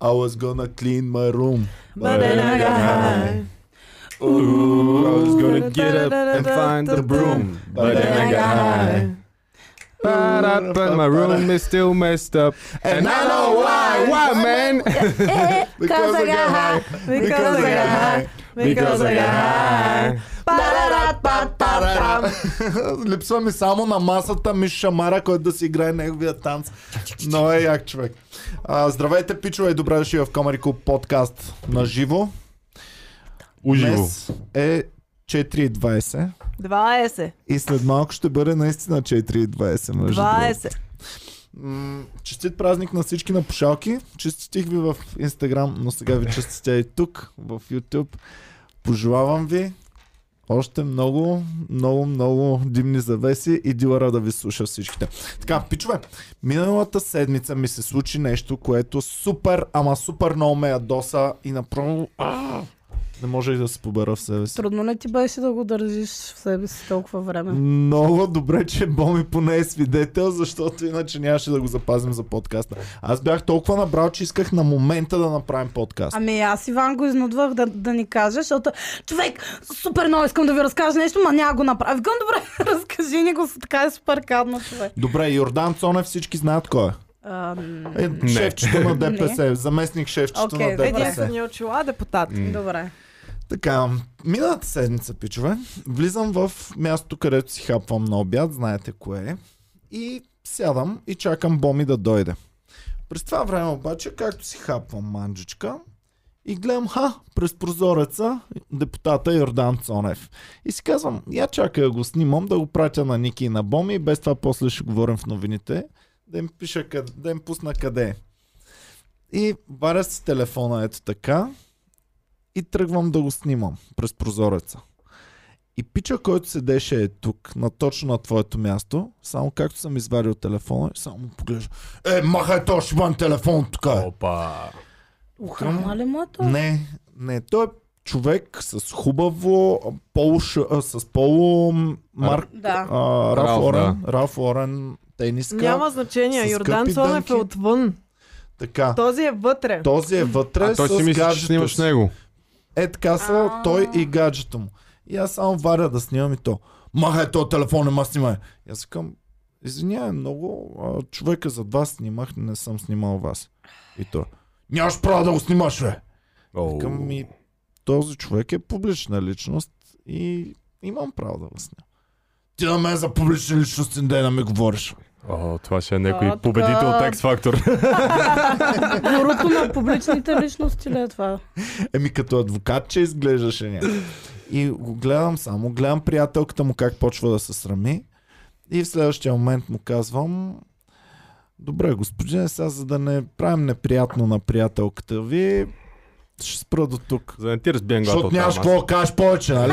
I was gonna clean my room. But then I got high. Ooh, I was gonna get up and find the broom, but then I got high. But up, and my room is still messed up, and I know why. Why, man? Because I got high. Because I got high. Because I got high. Па-да-да-па-па-пам. Липсва ми само на масата ми шамара, който да си играе неговия танц. Но е як човек. А, здравейте, пичове, и добре дошли в Комари Клуб подкаст на живо. Уживо. Днес е 4.20 20. и след малко ще бъде наистина 4.20. Между другото. 20. М, Честит празник на всички на пушалки. Честитих ви в Инстаграм, но сега ви честитя и тук, в Ютуб. Пожелавам ви още много, много, много димни завеси и дилъра да ви слуша всичките. Така, пичове, миналата седмица ми се случи нещо, което супер, ама супер много ме ядоса и направо а, не може и да се побера в себе си. Трудно ли ти беше да го държиш в себе си толкова време? Много добре, че Боми поне е свидетел, защото иначе нямаше да го запазим за подкаста. Аз бях толкова набрал, че исках на момента да направим подкаст. Ами аз Иван го изнудвах да, да ни каже, защото човек, супер много искам да ви разкажа нещо, ма няма го направи. Викам, добре, разкажи ни го, така е супер кадно човек. Добре, Йордан Цонев всички знаят кой е. А, м, е шефчето на ДПС, заместник шефчето Окей, на добре. ДПС. Един са ни очила депутат. Добре. Така, миналата седмица, пичове, влизам в място, където си хапвам на обяд, знаете кое е, и сядам и чакам Боми да дойде. През това време обаче, както си хапвам манджичка, и гледам, ха, през прозореца депутата Йордан Цонев. И си казвам, я чакай да го снимам, да го пратя на Ники и на Боми, и без това после ще говорим в новините, да им, пиша къде, да им пусна къде е. И баря си телефона ето така, и тръгвам да го снимам през прозореца. И пича, който седеше е тук, на точно на твоето място, само както съм извадил телефона, само му поглежда. Е, махай този шибан телефон тук! е!» Опа. Охрана ли му е то? Не, не, той е човек с хубаво а, полу, ш- а, с полу м, марк, Да. а, Ралф, Ралф, Лорен, Ралф Лорен тениска. Няма значение. С Йордан скъпи Цонев дънки. е отвън. Така. Този е вътре. Този е вътре А той с си мисли, че гаджето снимаш си. него. Е така са А. той и гаджето му. И аз само варя да снимам и то. Махай то телефон, не ма снимай. И аз викам, извинявай много, а, човека зад вас снимах, не съм снимал вас. И то, нямаш право да го снимаш, бе. Към ми, този човек е публична личност и имам право да го снимам. Ти на мен за публични личности не дай да ми говориш. О, това ще е някой Така. победител от X Factor. Гурото на публичните личности ли е това? Еми като адвокат, че изглеждаше някак. И го гледам само, гледам приятелката му как почва да се срами. И в следващия момент му казвам, добре господине, сега за да не правим неприятно на приятелката ви, ще спра до тук. За да не ти разбием главата Защото от нямаш тази какво маса. да кажеш повече, нали?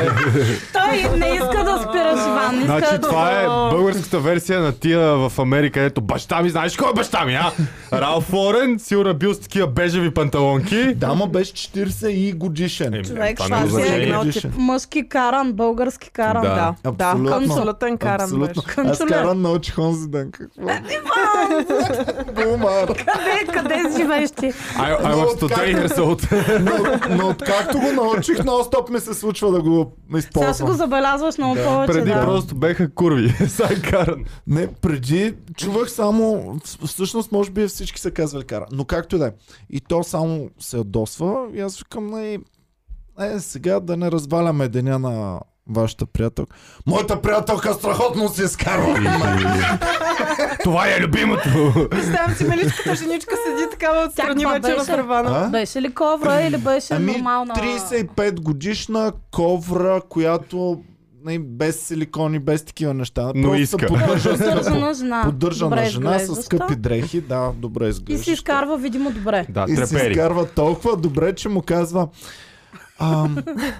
Той не иска да спираш Иван, не иска Значи да... това е българската версия на тия в Америка, ето баща ми, знаеш кой е баща ми, а? Ралф Лорен, сигурно бил с такива бежеви панталонки. Дама беше 40 и годишен. Еми, Човек, това това не си е значи. едно Годишен. Мъжки каран, български каран. Да. Да, Абсолютно. да, абсолютен каран беше. Абсолютно. Аз Кънчуле. карам научих онзи ден. Какво? Бумар! Къде, къде живееш ти? I, I was today years old. Но, но откакто го научих, нон-стоп ми се случва да го използвам. Сега ще го забелязваш много повече. Преди да. просто беха курви. Сега каран. Не, преди чувах само, в- всъщност може би всички са казвали кара, но както и да е. И то само се ядосва и аз викам, не, е, сега да не разваляме деня на вашата приятелка. Моята приятелка страхотно е се изкарва. Това е любимото. Представям си, миличката женичка седи такава отстрани Тя каква вече на беше? тревана. А? Беше ли ковра или беше Ами, нормална? 35 годишна ковра, която не, без силикони, без такива неща. Но Просто иска. Поддържа, скъпо- Поддържана жена. поддържана Добре жена с изглеждаща. скъпи дрехи. Да, добре И изглежда. си изкарва видимо добре. Да, и се трепери. изкарва толкова добре, че му казва а,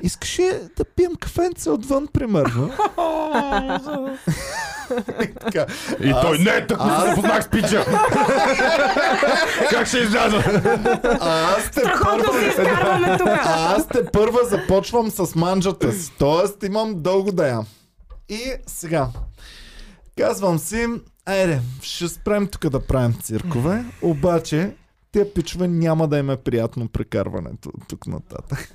искаш ли да пием кафенце отвън, примерно? И така. И той не, так не се запознах с пича. как ще изляза? А аз те първа... Страхотно си изкарваме тук. А аз те първа започвам с манджата си. Тоест имам дълго да ям. И сега. Казвам си, айде, ще спрем тук да правим циркове, обаче Те пичове няма да им е приятно прекарването от тук нататък.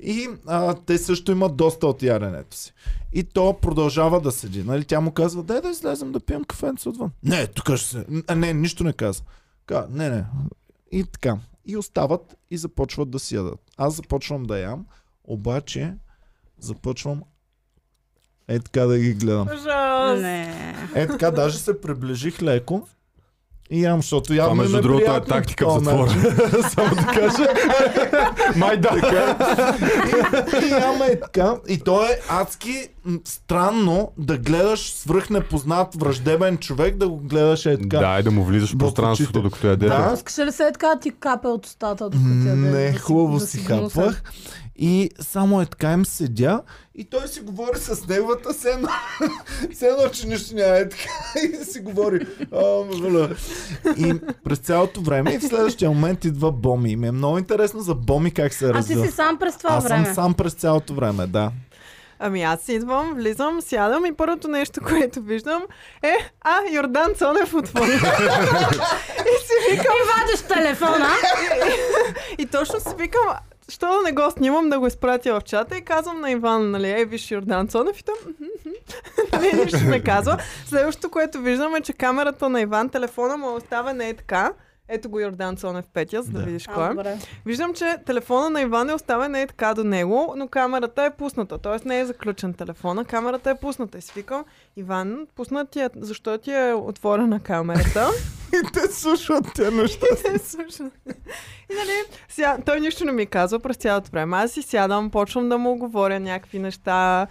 И а, те също имат доста от яденето си. И то продължава да седи. Нали? Тя му казва, дай да излезем да пием кафенце отвън. Не, тук ще се... А, не, нищо не казва. Ка, не, не. И така. И остават и започват да си ядат. Аз започвам да ям, обаче започвам е така да ги гледам. Ужас. Не. Е така, даже се приближих леко и ям, защото явно Това им между другото е приятно нали? тактика по в този затвора. начин. Само да кажа. Май да. И ям е така. И то е адски м, странно да гледаш свръхнепознат враждебен човек, да го гледаш е така. Да, и да му влизаш в Буточите. пространството, докато ядете. Да. Искаш ли се е така ти капе от устата? докато я дадеш, да Не, си- хубаво да си гнусен? хапвах. И само е така им седя и той си говори с неговата сено. Сено, че нищо няма е така. И си говори. «А, бля». И през цялото време и в следващия момент идва Боми. И ми е много интересно за Боми как се А ти развива. си сам през това Аз съм време. сам през цялото време, да. Ами аз идвам, влизам, сядам и първото нещо, което виждам е, а, Йордан Цонев отвори. и си викам, И вадиш телефона. и точно си викам, що да не го снимам, да го изпратя в чата и казвам на Иван, нали, е, виж Йордан Цонев и там, «Мгм, мгм». нали, нищо не казва. Следващото, което виждам е, че камерата на Иван, телефона му остава не е така. Ето го Йордан Цонев Петя, за да, Да. видиш кой А, е. добре. Виждам, че телефона на Иван е оставен не е така до него, но камерата е пусната. Тоест не е заключен телефона, камерата е пусната. И свикам, Иван, пусна ти е, защо ти е отворена камерата? И те слушат те неща. Те слушат. и нали, ся... той нищо не ми казва през цялото време. Аз си сядам, почвам да му говоря някакви неща.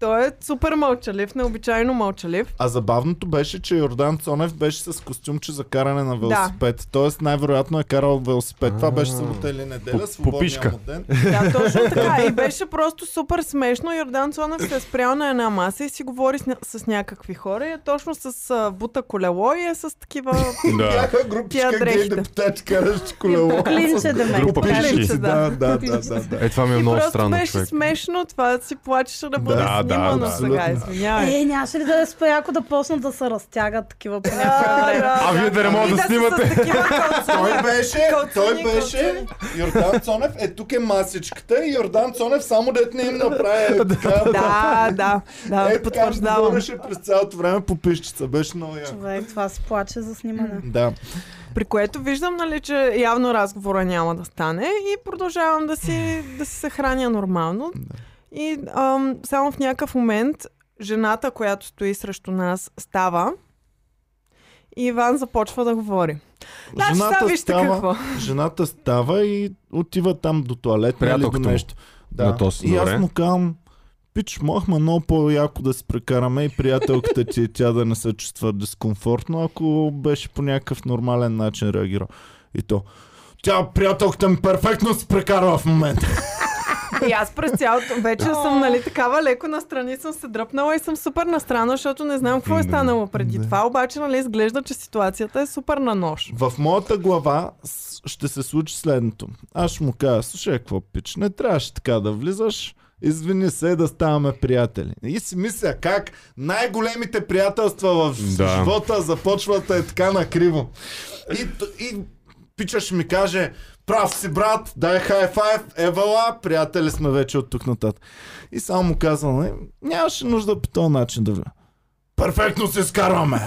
Той е супер мълчалив, необичайно мълчалив. А забавното беше, че Йордан Цонев беше с костюмче за каране на велосипед. Тоест най-вероятно е карал велосипед. Това беше събота или неделя, По- свободния попишка. му ден. Да, точно така. И беше просто супер смешно. Йордан Цонев се е спрял на една маса и си говори с, ня- с някакви хора. И е точно с а, бута колело и е с такива... Да. Бяха Тия групичка гей дрехите. депутати, каращи колело. Клинче да ме. Група Попиши. пиши. Да, да, да, да. да. Е, това ми е И много просто странно, беше човек. смешно това да си плачеше да бъде Да, да, снимано да, сега. абсолютно. Извинявай. Е, нямаше ли да е спояко да почнат да се разтягат такива по някакво А, време? да, А вие да не мога И да са с снимате. такива кълци. Той беше, Кълцани, той беше кълцани. Йордан Цонев. Е, тук е масичката и Йордан Цонев само дет не им направи. е, така, Да, да, да, Е, така потвърждавам. говореше през цялото време по пишчица. Беше много яко. Човек, Е, това си плаче за снимане. Да. При което виждам, нали, че явно разговора няма да стане и продължавам да си, да си се храня нормално. И ам, само в някакъв момент жената, която стои срещу нас, става и Иван започва да говори. Значи сега Жената вижте става, какво. жената става и отива там до туалет, нали, до Приятелката му. нещо. Да. На този, и аз добре. му казвам, Пич, махме много по-яко да се прекараме и приятелката ти, тя да не се чувства дискомфортно, ако беше по някакъв нормален начин реагирал. И то, тя приятелката ми перфектно се прекарва в момента. И аз през цялото вече съм, нали, такава леко настрани съм се дръпнала и съм супер настрана, защото не знам какво е Да. станало преди Да. това, обаче, нали, изглежда, че ситуацията е супер на нож. В моята глава с- ще се случи следното. Аз ще му кажа, слушай, какво пич, не трябваше така да влизаш. Извини се да ставаме приятели. И си мисля как най-големите приятелства в да. Да. живота започват е така накриво. И, т- и пича ще ми каже, прав си брат, дай хай файв, евала, приятели сме вече от тук нататък. И само му казвам, «Е, нямаше нужда по този начин да влиза. Перфектно се скарваме.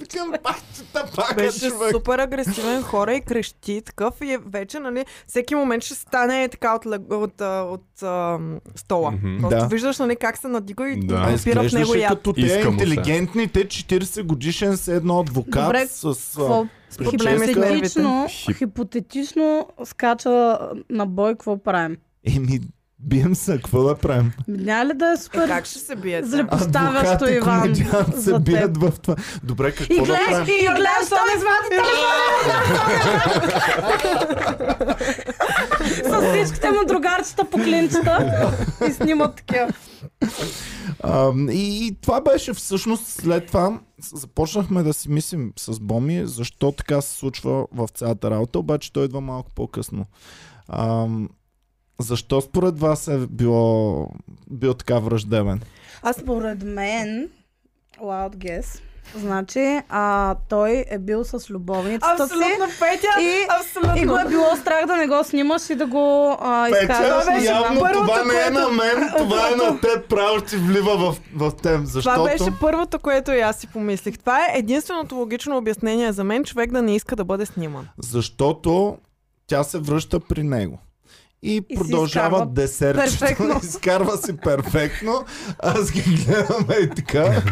Викам, пак, та пак е Беше човек. супер агресивен хора и крещи такъв и е- вече, нали, всеки момент ще стане е така от, лег- от, а, от, ам, стола. Мгм. Просто Да. виждаш, нали, как се надига и Да. да. опира в него изглеждаше яд. като те Иска му се. интелигентните 40 годишен с едно адвокат Добре, с... Какво? а, проблеми с Хипотетично, нервите. хипотетично скача на бой, какво правим? Еми, бием се, какво да правим? Няма ли да е Е, супер Как ще се биете? злепоставящо, Адвокат и Иван, комедиант се за теб? бият в това. Добре, И какво да гледаш, правим? и гледаш, той не извади телефона. С всичките му другарчета по клинчета и снимат такива. А, и, и това беше всъщност след това. с- Започнахме да си мислим с Боми, защо така се случва в цялата работа, обаче той идва малко по-късно. А, защо според вас е било, бил така враждебен? Аз Според мен, loud guess, Значи, а, той е бил с любовницата си. Абсолютно, Петя! И- абсолютно. И го е било страх да не го снимаш и да го а, изкараш. беше явно Е, първото, това не е на което- мен, това е на теб, право ти влива в, в тем, Това защото... беше първото, което и аз си помислих. Това е единственото логично обяснение за мен, човек да не иска да бъде сниман. Защото тя се връща при него. И, си продължава изкарва десертчето. перфектно. Изкарва си перфектно. Аз ги гледам и така.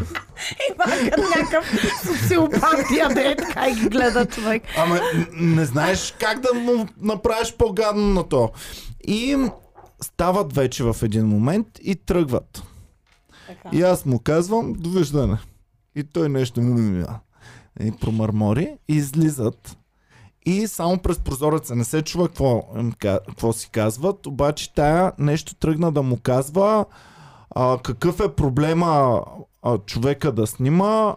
Пак някакъв социопат яде, така и ги гледа човек. Ама н- не знаеш как да му направиш по-гадно на то. И стават вече в един момент и тръгват. И аз му казвам, довиждане. И той нещо му и промърмори, и излизат. И само през прозореца не се чува какво, им ка- какво си казват, обаче тая нещо тръгна да му казва а, какъв е проблема а, човека да снима.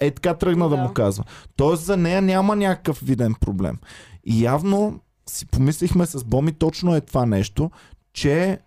Е така тръгна да. да Да. му казва. Тоест за нея няма някакъв виден проблем. И явно си помислихме с Боми точно е това нещо, че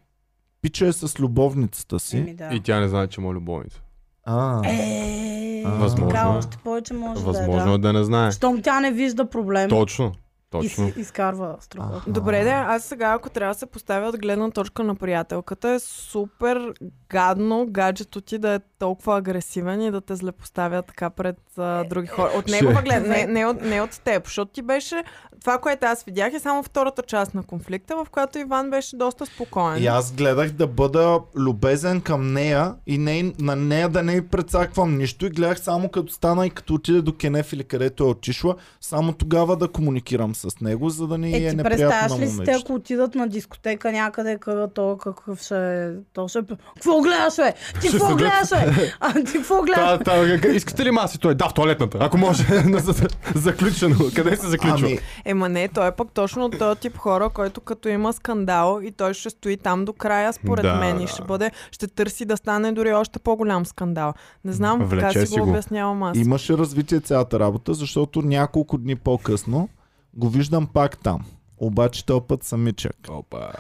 пича е с любовницата си. Еми, да. И тя не знае, че му е любовница. А, Е, А. Възможно така е. още повече може Възможно да е. е да не знае. Да. Щом тя не вижда проблем Точно. и Точно. си изкарва струва. А. Добре, да, аз сега, ако трябва да се поставя от гледна точка на приятелката, е супер гадно гаджето ти да е толкова агресивен и да те злепоставя така пред а, други хора. От Е, Ще- негова гледна, не, не, от, не от теб, защото ти беше... Това, което аз видях е само втората част на конфликта, в която Иван беше доста спокоен. И аз гледах да бъда любезен към нея и не, на нея да не й прецаквам нищо и гледах само като стана и като отиде до Кенеф или където е отишла, само тогава да комуникирам с него, за да не е, Е, е ти неприятно представяш на ли си, те, момичето. ако отидат на дискотека някъде, къде то какъв ще е? То ще... е- Какво гледаш, бе? Ти какво седят. гледаш, бе? А ти какво гледаш? Та, та, ка- искате ли маси той? е, Да, в туалетната. Ако може. На за- Заключено. Къде се заключва? Ами, Ема не, той е пък точно от този тип хора, който като има скандал и той ще стои там до края, според Да, мен, и да. ще бъде, ще търси да стане дори още по-голям скандал. Не знам, Влече така си си го го. обяснявам аз. имаше развитие цялата работа, защото няколко дни по-късно го виждам пак там. Обаче този път самичък. Опа.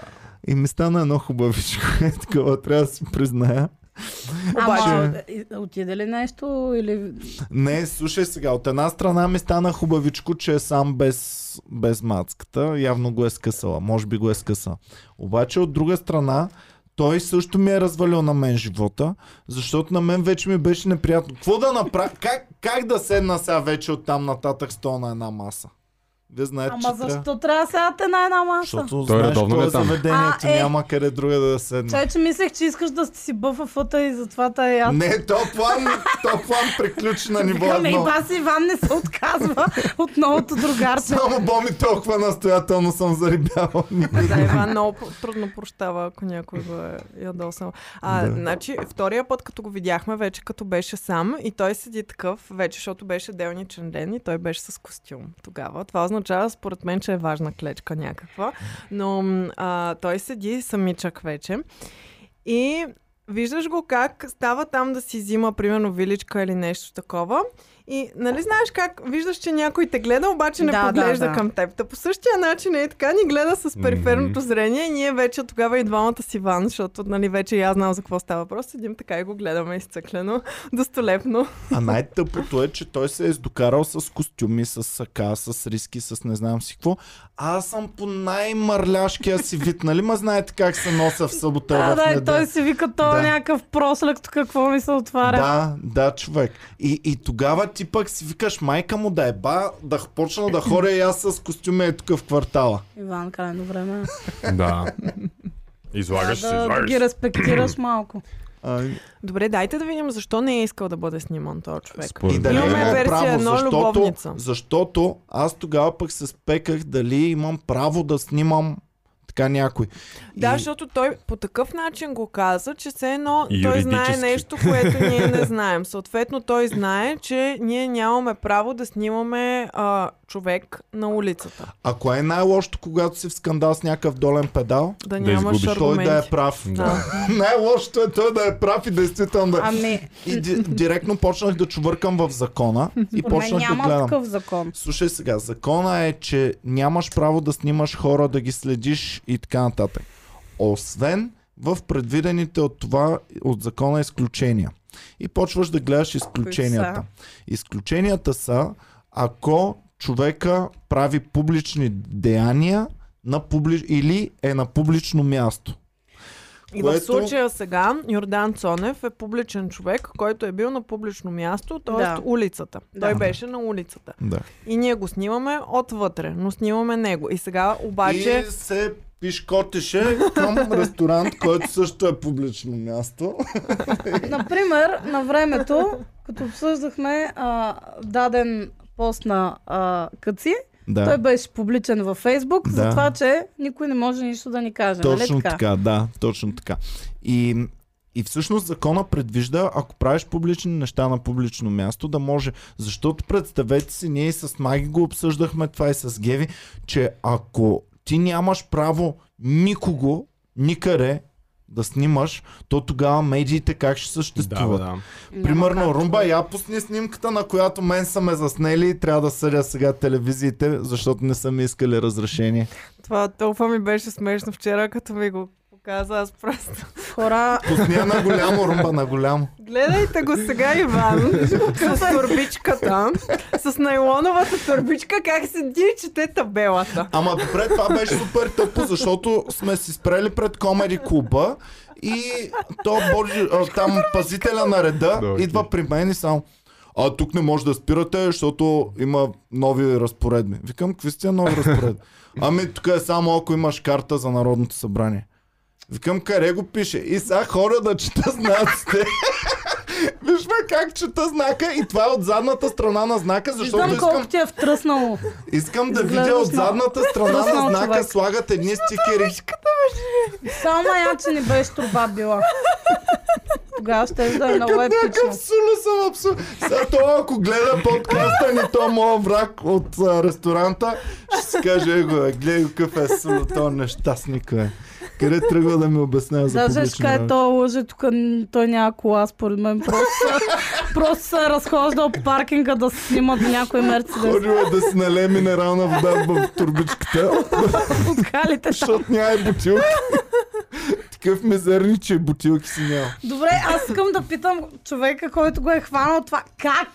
И ми стана едно хубавичко. Е, такова, трябва да си призная. Ама, обаче- и- отиде ли нещо или... Не, слушай сега, от една страна ми стана хубавичко, че е сам без, без мацката. Явно го е скъсала. Може би го е скъса. Обаче от друга страна, той също ми е развалил на мен живота, защото на мен вече ми беше неприятно. Какво да направя? Как, как да седна сега вече от там нататък сто на една маса? Вие знаете, Ама че трябва. защо трябва да седате на една маса? Защото Той знаеш, редовно това ли е е там? заведението, А, е. няма къде друга да седне. Чай, че мислех, че искаш да си бъфа фъта и затова е тая я. Не, то план, то план приключи на ниво Викаме, и едно. бас Иван не се отказва от новото другарче. Само Боми толкова настоятелно съм зарибявал. Да, Иван много по- трудно прощава, ако някой го е ядосал. А, Да. Значи, втория път, като го видяхме, вече като беше сам и той седи такъв, вече, защото беше делничен ден и той беше с костюм тогава. Това означава, според мен, че е важна клечка някаква. Но м, а, той седи самичък вече и виждаш го как става там да си взима, примерно, виличка или нещо такова. И нали знаеш как виждаш, че някой те гледа, обаче не Да, да, поглежда да. към теб. Та по същия начин е така, ни гледа с периферното Мгм. зрение. И ние вече тогава и двамата си ван, защото нали, вече и аз знам за какво става въпрос. Седим така и го гледаме изцъклено, достолепно. А най-тъпото е, че той се е издокарал с костюми, с сака, с риски, с не знам си какво. А аз съм по най-марляшкия си вид, нали? Ма знаете как се нося в събота Да, и в да, и неделя? той си вика, той Да. е някакъв прослек, тук какво ми се отваря. Да, да, човек. И, и тогава ти пък си викаш майка му да е ба, да х- почна да хоря и аз с костюми е тук в квартала. Иван, крайно време. е. Да. Излагаш се, Трябва да, да излагаш ги се. респектираш малко. А, Добре, дайте да видим защо не е искал да бъде сниман този човек. Според И мен. дали Имаме имам версия право, едно, защото, любовница. защото аз тогава пък се спеках дали имам право да снимам така някой. Да, и... защото той по такъв начин го каза, че все едно той знае Юридически. нещо, което ние не знаем. Съответно, той знае, че ние нямаме право да снимаме а, човек на улицата. А кое е най-лошото, когато си в скандал с някакъв долен педал? Да, Да нямаш изгубиш. Той аргументи. да е прав. Да. Най-лошото е той да е прав и действително да. Ами, И ди- директно почнах да чувъркам в закона и според мен почнах да няма гледам. такъв закон. Слушай сега, закона е, че нямаш право да снимаш хора, да ги следиш и така нататък. Освен в предвидените от това, от закона изключения. И почваш да гледаш изключенията. Изключенията са, ако човека прави публични деяния на публи... или е на публично място. И което... в случая сега Йордан Цонев е публичен човек, който е бил на публично място, т.е. Да. улицата. Да. Той беше на улицата. Да. И ние го снимаме отвътре, но снимаме него. И сега обаче... И се пишкотеше към ресторант, който също е публично място. Например, на времето, като обсъждахме а, даден пост на а, Къци, да. той беше публичен във Фейсбук, Да. за това, че никой не може нищо да ни каже. Точно нали така? така? да, точно така. И, и всъщност закона предвижда, ако правиш публични неща на публично място, да може. Защото представете си, ние и с Маги го обсъждахме това и с Геви, че ако ти нямаш право никого, никъде да снимаш, то тогава медиите как ще Да, съществуват? да. Няма Примерно, как. Румба, я пусни снимката, на която мен са ме заснели и трябва да съдя сега телевизиите, защото не са ми искали разрешение. Това толкова ми беше смешно вчера, като ми го показа. Аз просто... Хора, Пусни я на голямо, Румба, на голямо. Гледайте го сега, Иван, с турбичката, с найлоновата турбичка, как седи и чете табелата. Ама добре, това беше супер тъпо, защото сме си спрели пред комери клуба и то Божи, а, там пазителя на реда Да, окей. идва при мен и само а тук не може да спирате, защото има нови разпоредби. Викам, какви сте нови разпоредби? Ами тук е само ако имаш карта за Народното събрание. Викам, къде го пише? И сега хора да чета знаците. Вижме как чета знака и това е от задната страна на знака, защото виждам искам колко ти е втръснало. Искам да Изглеждаш видя от много- задната страна изглеждаш на много знака човек. слагат едни стикери. Само мая, че не беше турба била. Тогава ще да е много епично. Някакъв сули съм абсурд. Сега то, ако гледа подкаста ни, то моят враг от а, ресторанта, ще си каже, е, го, е, гледай го какъв е сули, то нещастник е. Къде тръгва да ми обяснява за Даже ще публично кай време? той лъже, тук н- той няма кола, според мен. Просто, се- просто се е разхождал по паркинга да се снимат някой мерцедес. Ходила е да си налее минерална вода в турбичката, От калите там. защото няма и бутилки. Такъв мизерни, че и бутилки си няма. Добре, аз искам да питам човека, който го е хванал това. Как?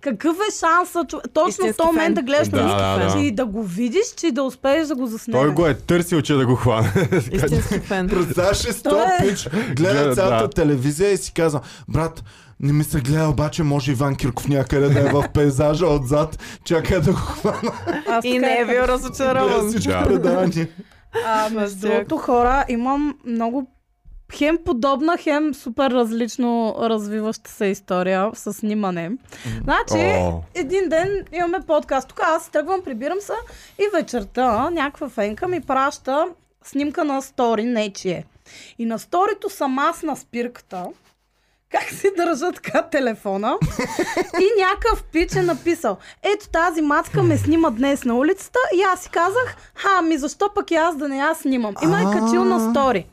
Какъв е шанса чу- точно в Истински този момент фен. да гледаш Да, на да, да. да. и да го видиш, че и да успееш да го заснемеш? Той го е търсил, че да го хване. Истински фен. Представяш ли си Той този е- пич, гледа Гледа, цялата да. телевизия и си казва, брат, не ми се гледа, обаче може Иван Кирков някъде да е в пейзажа отзад, чакай да го хвана Аз И така не е я бил да разочарован. всички Да. предавания. А, между другото, хора, имам много хем подобна, хем супер различно развиваща се история с снимане. Значи, О. един ден имаме подкаст. Тук аз тръгвам, прибирам се и вечерта някаква фенка ми праща снимка на стори, нечие. И на сторито съм аз на спирката. Как си държа така телефона? И някакъв пич е написал, ето тази мацка ме снима днес на улицата и аз си казах, ха, ми защо пък и аз да не я снимам? И ме е качил на стори.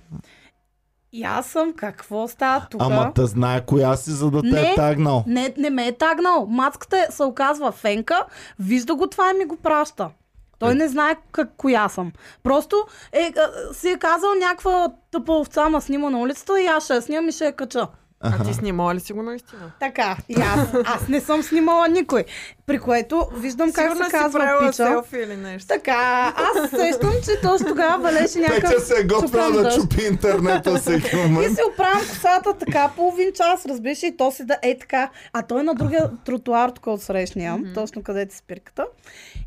И аз съм, какво става тук? Ама та знае коя си, за да те е Не. тагнал. Не, не ме е тагнал. Мацката е- се оказва фенка, вижда го това и ми го праща. Е. Той не знае как, коя съм. Просто е, а, си е казал някаква тъпа овца ма снима на улицата и аз ще я снимам и ще я кача. А ти снимала ли си го наистина? Така, и аз, аз не съм снимала никой. При което виждам как Сигурно се си казва правила пича. селфи или нещо. Така, аз се сещам, че точно тогава валеше някакъв Петя се е готвила чупен да дъжд. чупи интернета всеки И момент. си оправям косата така половин час, разбираш, и то си да е така. А той е на другия тротуар, тук от срещния, точно където е спирката.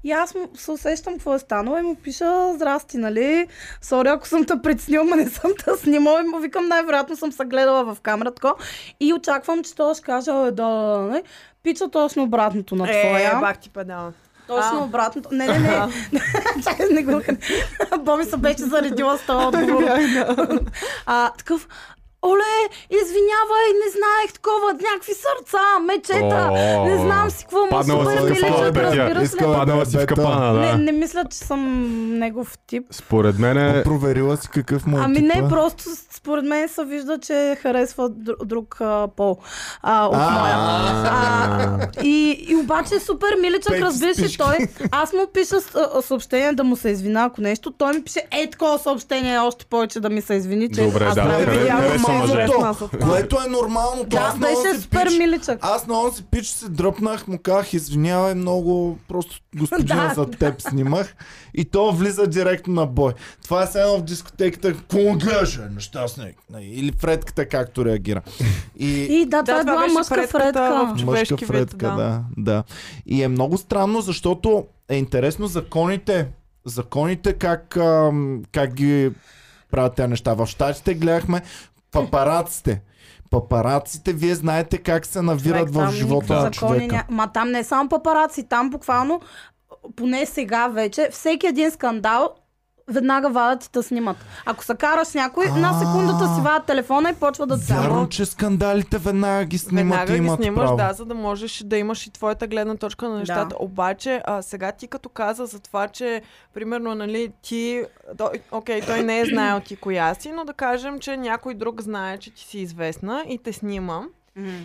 И аз му се усещам какво е станало и му пиша, здрасти, нали? Сори, ако съм те притеснил, ма не съм те снимал и му викам, най-вероятно съм се гледала в камерата тако. и очаквам, че той ще каже, е, да, да, да, не. Пича точно обратното на Е, твоя. бах ти педала. точно а. обратното. Не, не, не. Чакай, не го. Боми се беше заредила с това отговор. а, такъв, Оле, извинявай, не знаех такова, някакви сърца, мечета, не знам си какво му Паднала супер си в ми капана, лежат, бе, тя. разбираш ли? Искала- Паднала си в капана, Не, да. не мисля, че съм негов тип. Според мен е... Проверила си какъв му е Ами типа. не, просто с- според мен се вижда, че харесва друг, друг а, пол а, от А. моя. А, и, и обаче е супер миличък, Пет разбираш ли спички. той. Аз му пиша с- а, а, съобщение да му се извина, ако нещо. Той ми пише е такова съобщение, още повече да ми се извини, че Добре, аз да. трябва Добре, видя. добре. харесва мъже. което е нормално. Да, аз много беше си супер пич. миличък. Аз много си пич се дръпнах, му казах, извинявай много, просто господина Да, за теб снимах. И то влиза директно на бой. Това е едно в дискотеката, кому гледаш, бе, нещастник. Нали, Или фредката, както реагира. И, И да, това е Да, това била беше мъжка предката фредка. в Мъжка човешки вид, фредка, да. да. да. И е много странно, защото е интересно законите, законите как, ам, как ги правят тези неща. В щатите гледахме папараците. Папараците, вие знаете как се навират Човек, в там живота никакви на закони човека. ня- Ма там не е само папараци, там буквално, поне сега вече, всеки един скандал веднага вадат и те снимат. Ако се караш с някой, на секундата си вадат телефона и почва да цява. Вярно, че скандалите веднага ги снимат Веднага и ги имат снимаш, право. да, за да можеш да имаш и твоята гледна точка на нещата. Да. Обаче, а, сега ти като каза за това, че примерно, нали, ти, той, окей, той не е знаел ти коя си, но да кажем, че някой друг знае, че ти си известна и те снима.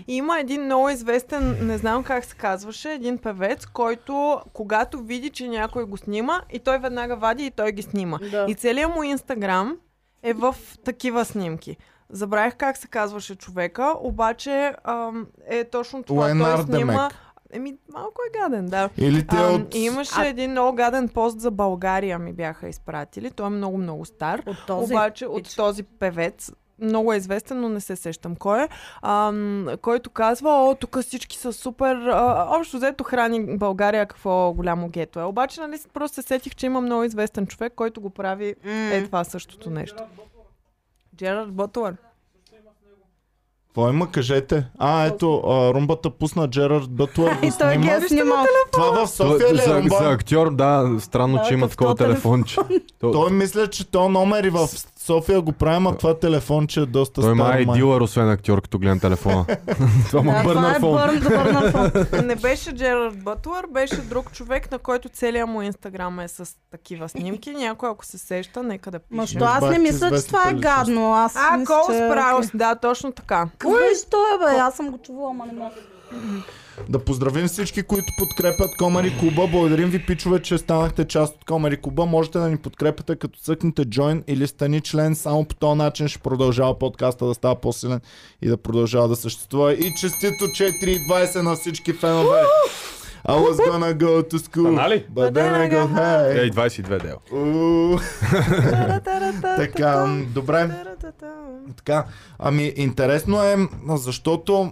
И има един много известен, не знам как се казваше, един певец, който когато види, че някой го снима, и той веднага вади и той ги снима. Да. И целият му инстаграм е в такива снимки. Забравих как се казваше човека, обаче ам, е точно това. Лайнар той снима... Демек. Еми, малко е гаден, да. Или те Ам, от... и Имаше А- един много гаден пост за България ми бяха изпратили. Той е много-много стар. От този. Обаче от пич. този певец, много е известен, но не се сещам кой е, ам, който казва, о, тук всички са супер, а, общо взето храни България какво голямо гето е. Обаче, нали, просто се сетих, че има много известен човек, който го прави е това същото нещо. Джерард Бътлър. Какво има, кажете? А, ето, а, румбата пусна Джерард Бътлър. И той ги снима. е снимал. Това в София ли е за, румба? за актьор, да, странно, че има Какъв такова то телефонче. То- е Той мисля, че то номер и в София го правим, а това телефонче е доста Той старо. май е май. дилър, освен актьор, като гледам телефона. Това му Да, това бърна е фон. бърн, бърна фон. Не беше Джерард Бътлър, беше друг човек, на който целият му инстаграм е с такива снимки. Някой, ако се сеща, нека да Ма пише. що, аз не Бахте мисля, че известната това е личност. гадно. Аз А, мисля, че... Коус Праус, да, точно така. Виж, той е, бе, аз съм го чувала, ама не мога. Да поздравим всички, които подкрепят Комари Клуба. Благодарим ви, пичове, че станахте част от Комари Клуба. Можете да ни подкрепите, като цъкнете Join или стани член. Само по този начин ще продължава подкаста да става по-силен и да продължава да съществува. И честито 4.20 на всички фенове. I was gonna go to school. Нали? But then I go high. Ей, 22 дел. Уу. Така, Така. м, добре. Така, ами интересно е, защото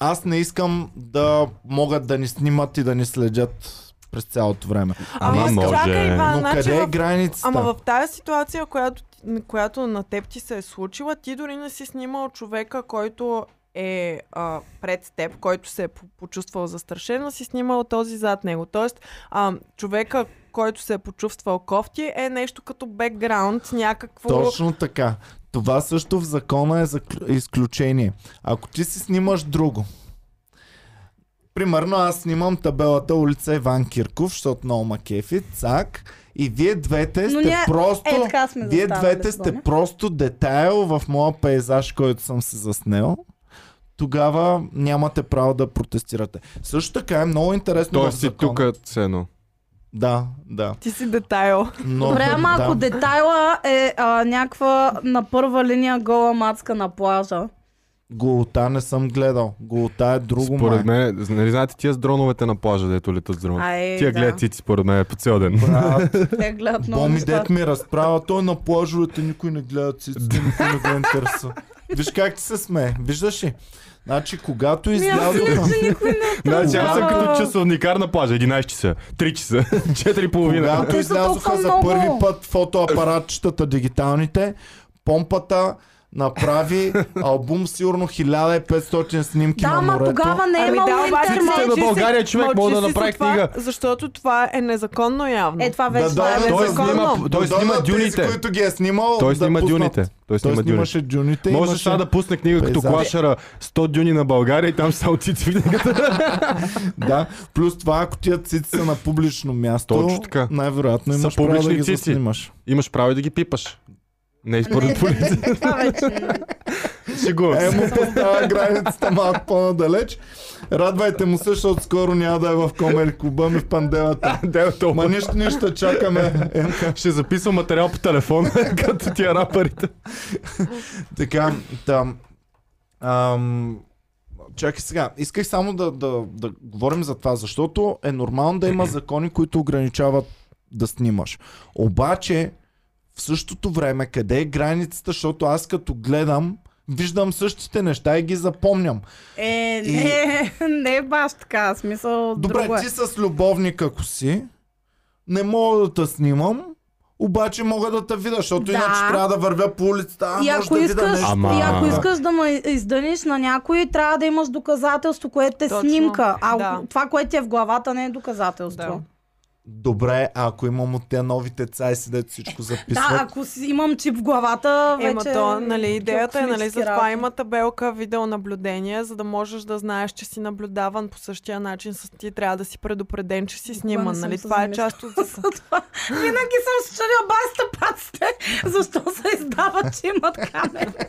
аз не искам да могат да ни снимат и да ни следят през цялото време. Ама Ама може. чакай, Иван, Но значи къде е в- границата? Ама в тази ситуация, която, ти- която на теб ти се е случила, ти дори не си снимал човека, който е а, пред теб, който се е по- почувствал застрашен, а си снимал този зад него. Тоест, а, човека, който се е почувствал кофти, е нещо като бекграунд, някакво... Точно така. Това също в закона е за изключение. Ако ти си снимаш друго, примерно аз снимам табелата улица Иван Кирков, защото много ма кефи, цак, и вие двете Но сте ние- просто... Е, така сме Вие застанали, двете сте Боня. просто детайл в моя пейзаж, който съм се заснел. Тогава нямате право да протестирате. Също така е много интересно. Той в си закона- тук цено. Да, да. Ти си детайл. Но, Добре, ама да. ако детайла е а, някаква на първа линия гола мацка на плажа. Голота не съм гледал. Голота е друго Според май. мен, нали знаете тия с дроновете на плажа, дето летат с дрон. Ай, Тия да. гледат цици, според мен, е по цял ден. Брат, Те гледат много Боми неща. дет ми разправя, той е на плажовете никой не гледа циците, никой не го интересува. Виж как ти се смее, виждаш ли? Значи, когато Ми, аз излязоха... мисля, че никой не Значи аз съм Да. като часовникар на плажа. 11 часа, 3 часа, 4 и половина. Когато Те са излязоха толкова за много. първи път фотоапаратчетата дигиталните, помпата направи албум, сигурно 1500 снимки Да, на ма морето. тогава не е Ами имало да, обаче интернет. Циците на мълчи си- България човек може да мълчи си направи за това, книга. Защото това е незаконно явно. Е, това вече Да, това е да, той незаконно. снима Да Той, той снима дойдат дюните. Тези, които ги е снимал, Той да снима пуснат. дюните. Той Той снима дюните. снимаше дюните. Може имаше... сега да пусне книга като пейзажи. Клашера 100 дюни на България и там са отици в книгата. Да, плюс това, ако тия цици са на публично място, Точно така. най-вероятно Са имаш право да публични ги цици. заснимаш. Имаш право и да ги пипаш. Не е според полицията. Това вече. Шегувам Е, се. му поставя границата малко по-надалеч. Радвайте му се, защото скоро няма да е в Комери клуба ми в панделата. Дева толкова. Ма нищо, нищо, чакаме. Е, Ще записвам материал по телефона, като тия рапарите. така, там. Ам, чакай сега. Исках само да, да, да говорим за това, защото е нормално да има закони, които ограничават да снимаш. Обаче, в същото време, къде е границата, защото аз като гледам, виждам същите неща и ги запомням. Е, И- не, не е баш така, смисъл Добре, друго е. ти с любовник ако си, не мога да те снимам, обаче мога да те видя, защото Да. иначе трябва да вървя по улицата, а И може ако, да видя искаш, нещо. Ама- и ако искаш да ме изданиш на някой, трябва да имаш доказателство, което е Точно, снимка. А да. това, което ти е в главата, не е доказателство. Добре, а ако имам от тези новите цаи си, дето всичко Е, Да, записват. ако си имам чип в главата, вече... Ема то, нали, идеята е, нали, космически за това работи. има табелка видеонаблюдение, за да можеш да знаеш, че си наблюдаван по същия начин с ти, трябва да си предупреден, че си сниман, съм нали? се Това е замисляла. част от... зак- Това- Винаги съм се чудил баста паците, защо се издават, че имат камера.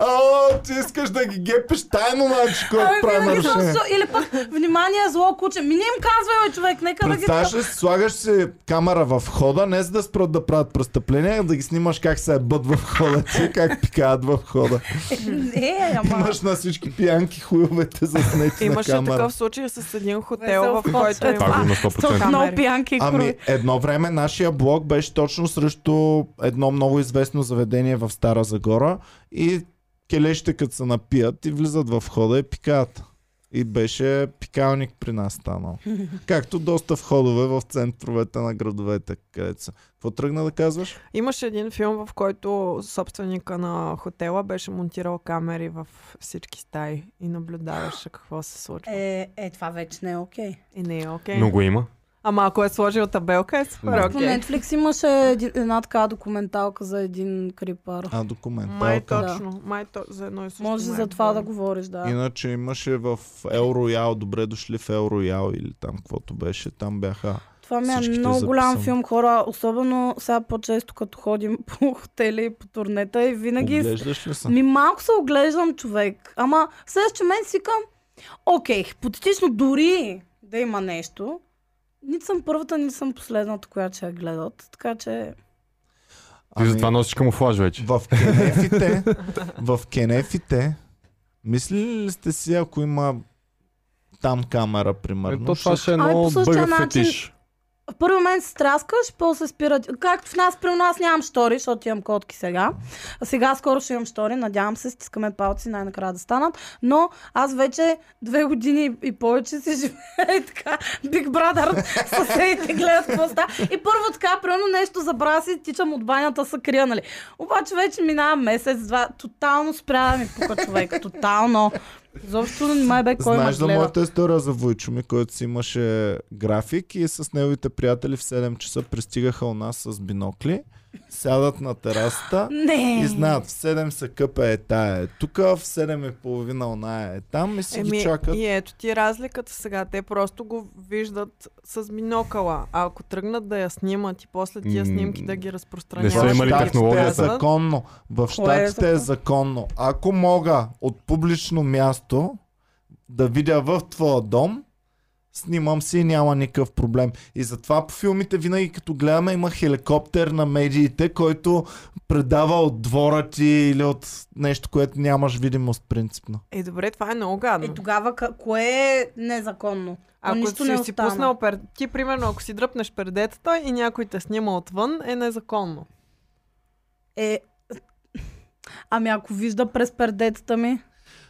О, ти искаш да ги гепиш тайно, значи, който Ами прави винаги съм се нарушение. чудила. Или пък, внимание, зло куче. Ми не им казвай, бе, човек, нека да ги... Представяш ли, си, слагаш си камера в хода, не за да спрат да правят престъпления, а да ги снимаш как се ебат в хода ти, как пикаят в хода. Не, ама... Имаш на всички пиянки хуйовете заснети Имаше на камера. такъв случай с един хотел, Весел в фокс. който Това Това има... го има С 100%. много пиянки и Ами, крови. едно време нашия блог беше точно срещу едно много известно заведение в Стара Загора и келещите като се напият и влизат в хода и пикаят. И беше пикалник при нас станал. Както доста входове в центровете на градовете, където са. Какво тръгна да казваш? Имаше един филм, в който собственика на хотела беше монтирал камери в всички стаи и наблюдаваше какво се Ами- случва. Е, е, това вече не е окей. И не е окей. Но го има. Ама ако е сложил табелка, е супер Да. По окей. Netflix имаше един, една така документалка за един крипър. А, документ. Май Палка. точно. Май то, за едно и също. Може май за това да говорим. говориш, да. Иначе имаше в Ел Роял, добре дошли в Ел Роял или там каквото беше, там бяха Това ми е Всичките много голям записам. филм, хора. Особено сега по-често, като ходим по хотели и по турнета и винаги... с- Оглеждаш ли се? Ми малко се оглеждам човек. Ама след че мен си към... Окей, хипотетично дори да има нещо, нито съм първата, нито съм последната, която ще я гледат. Така че... Ти затова Ами- носиш камуфлаж вече. В кенефите, в кенефите, мислили ли сте си, ако има там камера, Е, примерно? То това ще- ще е Ай, много по същия бъгъв начин- фетиш. Първо мен се страскаш, после се спират. Както в нас, при нас нямам штори, защото имам котки сега. А Сега скоро ще имам штори, надявам се, стискаме палци най-накрая да станат. Но аз вече две години и повече си живея и така. Big Brother съседите гледат какво става. И първо така, примерно нещо забравя си, тичам от банята, се крия, нали. Обаче вече минава месец-два, тотално спря да ми пука човек, тотално. Защо не май бе кой ме Знаеш за гледа. моята история за Войчо ми, който си имаше график и с неговите приятели в 7 часа пристигаха у нас с бинокли, сядат на терасата Не. и знаят, в 7 се къпе е тая е тук, в 7 и половина она е там и си ги Еми, чакат. и ето ти разликата сега. Те просто го виждат с бинокъла. А ако тръгнат да я снимат и после тия М, снимки да ги не разпространяват... са имали да ги технологията. е показват, законно. В Кое е щатите е законно. Ако мога от публично място да видя в твоя дом, снимам си и няма никакъв проблем. И затова по филмите винаги като гледаме има хеликоптер на медиите, който предава от двора ти или от нещо, което нямаш видимост принципно. Е, добре, това е много гадно. Е, тогава ка- кое е незаконно? Но Ако нищо си, не е си остана. пуснал пер... Ти, примерно, ако си дръпнеш пердетата и някой те снима отвън, е незаконно. Е, ами ако вижда през пердетата ми,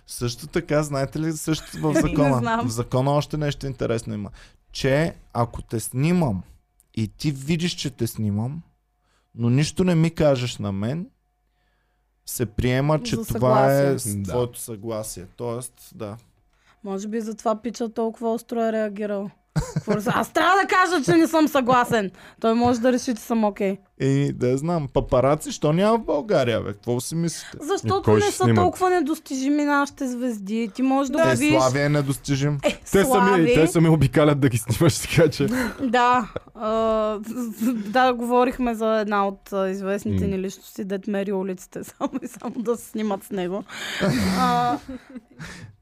Също така, знаете ли, също в не закона. знам. в закона още нещо интересно има. Че ако те снимам и ти видиш, че те снимам, но нищо не ми кажеш на мен, се приема, че За това е съгласие. с Да. твоето съгласие. Тоест, да. Може би затова пича толкова остро е реагирал. Какво раз- Аз трябва да кажа, че не съм съгласен. Той може да реши, че съм окей. И да я знам, папараци, що няма в България, бе? Какво си мислите? Защото кой не ще са снима? толкова недостижими нашите звезди. Ти можеш да, Да, да Те видиш... славия е недостижим. Е, Те сами, слави. те сами обикалят да ги снимаш, така че... Да, а, да, говорихме за една от а, известните М. ни личности, дет мери улиците, само и само да се снимат с него. А,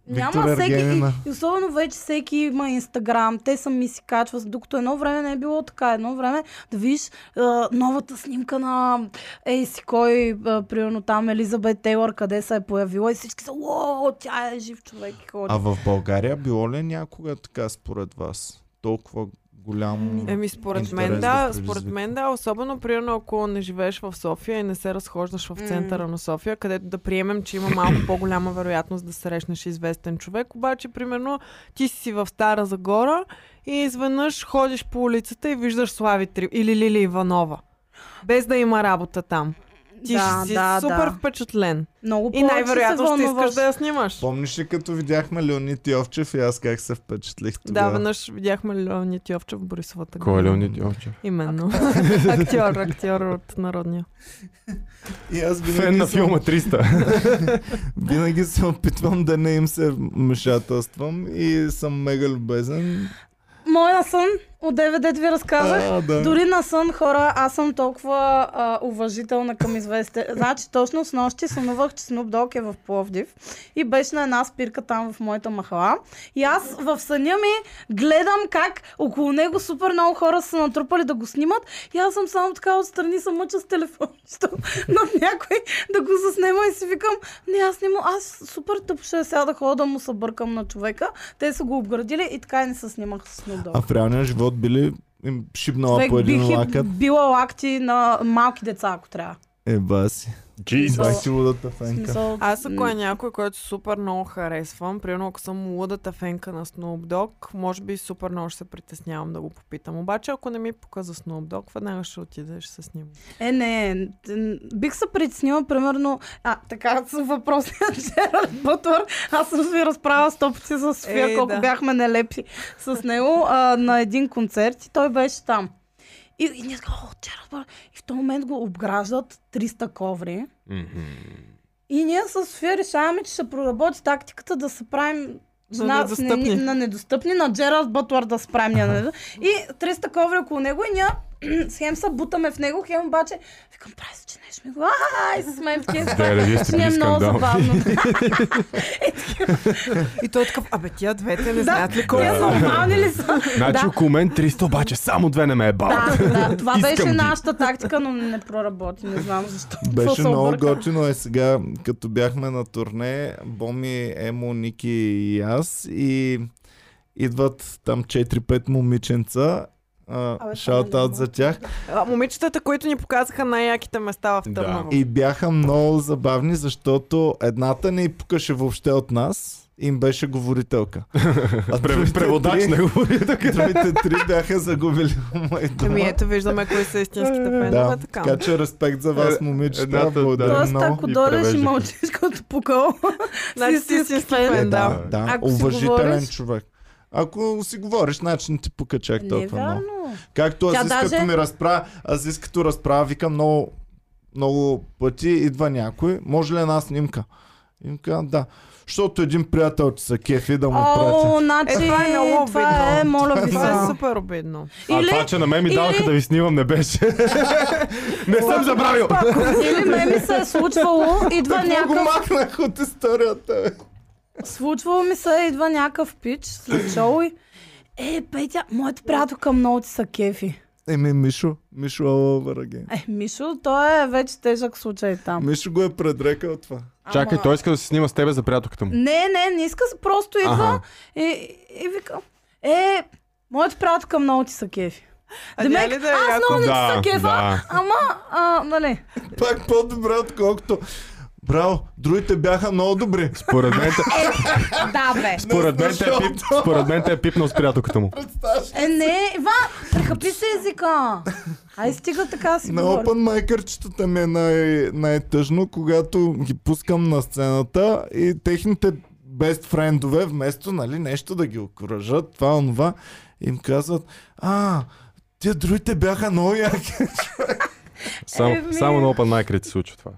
Виктор няма всеки, и, Ергенина. и особено вече всеки има инстаграм, те сами си качват, докато едно време не е било така. Едно време да видиш а, новата снимка на ей си кой, а, примерно там Елизабет Тейлър, къде се е появила и всички са, о, тя е жив човек и ходи. А в България било ли някога така според вас? Толкова Е, голямо... Еми, според Интерес да мен да, предизвика. според мен да, особено примерно ако не живееш в София и не се разхождаш в М. центъра на София, където да приемем, че има малко по-голяма вероятност да срещнеш известен човек, обаче примерно ти си в Стара Загора и изведнъж ходиш по улицата и виждаш Слави Три или Лили Иванова. Без да има работа там. Ти да, ще си да, супер да. впечатлен. Много И повече най-вероятно се ще искаш вълнуваш. да я снимаш. Помниш ли като видяхме Леонид Йовчев и аз как се впечатлих Да, тогава? веднъж видяхме Леонид Йовчев в Борисовата Кой е градина. Леонид Йовчев? Именно. актьор, актьор от Народния. И аз Фен на винаги, съм, филма 300. винаги се опитвам да не им се вмешателствам и съм мега любезен. Моя сън от 9 дет ви разказах. А, да. Дори на сън, хора, аз съм толкова а, уважителна към известите. Значи, точно с нощи сънувах, че Snoop Dogg е в Пловдив и беше на една спирка там в моята махала. И аз в съня ми гледам как около него супер много хора са натрупали да го снимат и аз съм само така отстрани съм мъча с телефончето над някой да го заснема и си викам, не, аз не му, аз супер тъпо ще сега да ходя да му събъркам на човека. Те са го обградили и така и не се снимах с Snoop Dogg. А в реалния живот били им шибнала Човек по бих един и лакът. била лакти на малки деца, ако трябва. Еба си. Jesus. Бах си лудата В фенка. смисъл, Аз ако е някой, който супер много харесвам, примерно ако съм лудата фенка на Snoop Dogg, може би супер много ще се притеснявам да го попитам. Обаче ако не ми показа Snoop Dogg, веднага ще отида и ще се снимам. е, не, н- бих се притеснила, примерно, а, така с въпросния Джерард Бътвър, аз съм ви разправила сто пъти с София, Е, колко да. бяхме нелепи с него а, на един концерт и той беше там. И, и ние така, о, Джерард Бътвър. И в този момент го обграждат 300 коври. И ние с София решаваме, че ще проработи тактиката да се правим За на, недостъпни. с- на недостъпни, на Джерард Бътлър да спрем ние. нали? И 300 коври около него и ние с хем се бутаме в него, хем обаче викам, прави се, че не ще ми го ай, се смеем такива Да, неща. да, вие сте Ще ни е били много скандал. забавно. И той е такъв, абе тия двете не Да, знаят ли кой Ние е. са нормални ли са? Значи Да. около мен 300, обаче само две не ме е бал. Да, да, това Искам беше ги. нашата тактика, но не проработи, не знам защо. Какво Беше се много обърка? готино и сега, като бяхме на турне, Боми, Емо, Ники и аз и идват там 4-5 момиченца. това Шаутаут не е за тях. А, Момичетата, които ни показаха най-яките места в Да. Търново. И бяха много забавни, защото едната не й пукаше въобще от нас, им беше говорителка. А Пре- другите Преводач нали? три- на говори. Другите три бяха загубили майдума. Ами, Еми Ами, ето виждаме кои са истинските е фенове, да, така. така че респект за вас, Е, момичета. едната, да. Благодаря Тоест, много. ако и дойдеш и превеждах. мълчиш като пукал, Значи си си истински истински фен, Е, да. да, да. Ако си уважителен говориш- човек. Ако си говориш, значи не ти пука чак не е толкова много. вярно. Както Тя аз даже... даже- като ми разправя, аз искам като разправя, викам много, много пъти, идва някой, може ли една снимка? И им казвам, да. Защото един приятел ти се кефи да му пратя. О, значи, Е, това е много това е, обидно. моля ви Това се. е супер обидно. А Или- това, че на мен ми даваха или- да ви снимам, не беше. Не съм забравил. Или ме ми се е случвало, идва Какво го някакъв... махнах от историята? бе? Случвало ми се, идва някакъв пич след шоу и... Е, Петя, моята приятелка много ти са кефи. Еми, Мишо, Мишо Алова Раген. Е, Мишо, той е вече тежък случай там. Мишо го е предрекал това. Чакай, той иска да се снима с тебе за приятелката му. Не, не, не иска, просто Аха. идва и, и вика... Е, моята приятелка много ти са кефи. А Демек, няма ли да е аз яко? много не ти Да, са кефа, да. ама, а, нали... Пак по-добре, отколкото Браво, другите бяха много добри. Според мен, те- Да, бе. според мен, те е пип, Защото- според мен те е пипнал с приятелката му. Е, не, Ива, прехапи се езика. Ай, стига така да си На говори. Open майкърчетата ми е най- най-тъжно, когато ги пускам на сцената и техните бест френдове, вместо нали, нещо да ги окоръжат, това, онова, им казват, а, тия другите бяха много яки. Еми. Само, Ами- само на Open Mic се случва това.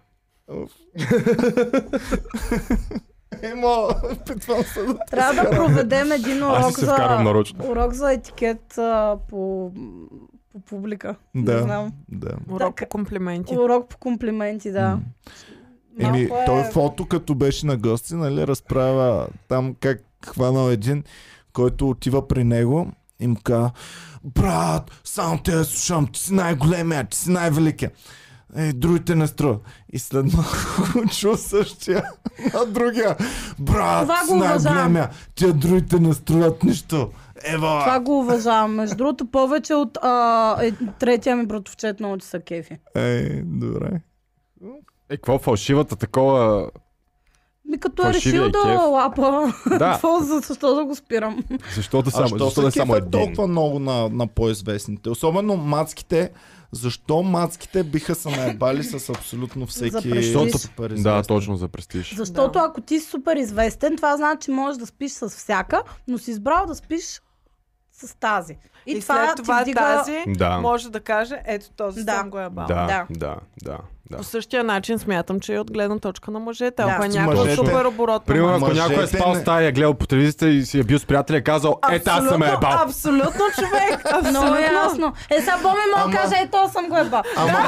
Емо, питвам се да... Трябва да проведем един Аз урок ще се вкарам за, нарочно. урок за етикет а, по, по публика. Не Да, знам. да. Урок Така. по комплименти. Урок по комплименти, да. Малко Еми, е- той фото, като беше на гости, нали, разправя там как хванал един, който отива при него и му казва, брат, само те я слушам, ти си най-големия, ти си най-великия. Е, другите не струват. И след малко чу същия на другия. Брат, Това ти си го уважавам. най-големия. Тия другите не струват нищо. Ева. Това го уважавам. Между другото, повече от а, е, третия ми братовчет много ти са кефи. Е, добре. Е, какво фалшивата такова? Ми като е Фалшивия решил да кеф. лапа, Да, какво, за- защо да го спирам? защото само, а защо да е се само кефят един. толкова много на, на по-известните? Особено мацките. Защо мацките биха се наебали с абсолютно За всеки престиж. Защото- супер Да, известен? точно за престиж. Защото ако ти си супер известен, това значи, че можеш да спиш с всяка, но си избрал да спиш с тази. И, И, това, след това ти вдига... тази Да. може да каже, ето този Да. съм го е бал. Да, Да. да, да, да. По същия начин смятам, че и от гледна точка на мъжете. Да. Ако е Мъжете- някакъв супер оборот на Примерно, ако Мъжете някой е спал не- с тая, е гледал по телевизията и си е бил с приятеля, е казал, е, аз съм я е бал. Абсолютно човек. Много Абсолютно. ясно. Е, сега Боми мога Ама- да каже, ето съм го еба. Ама,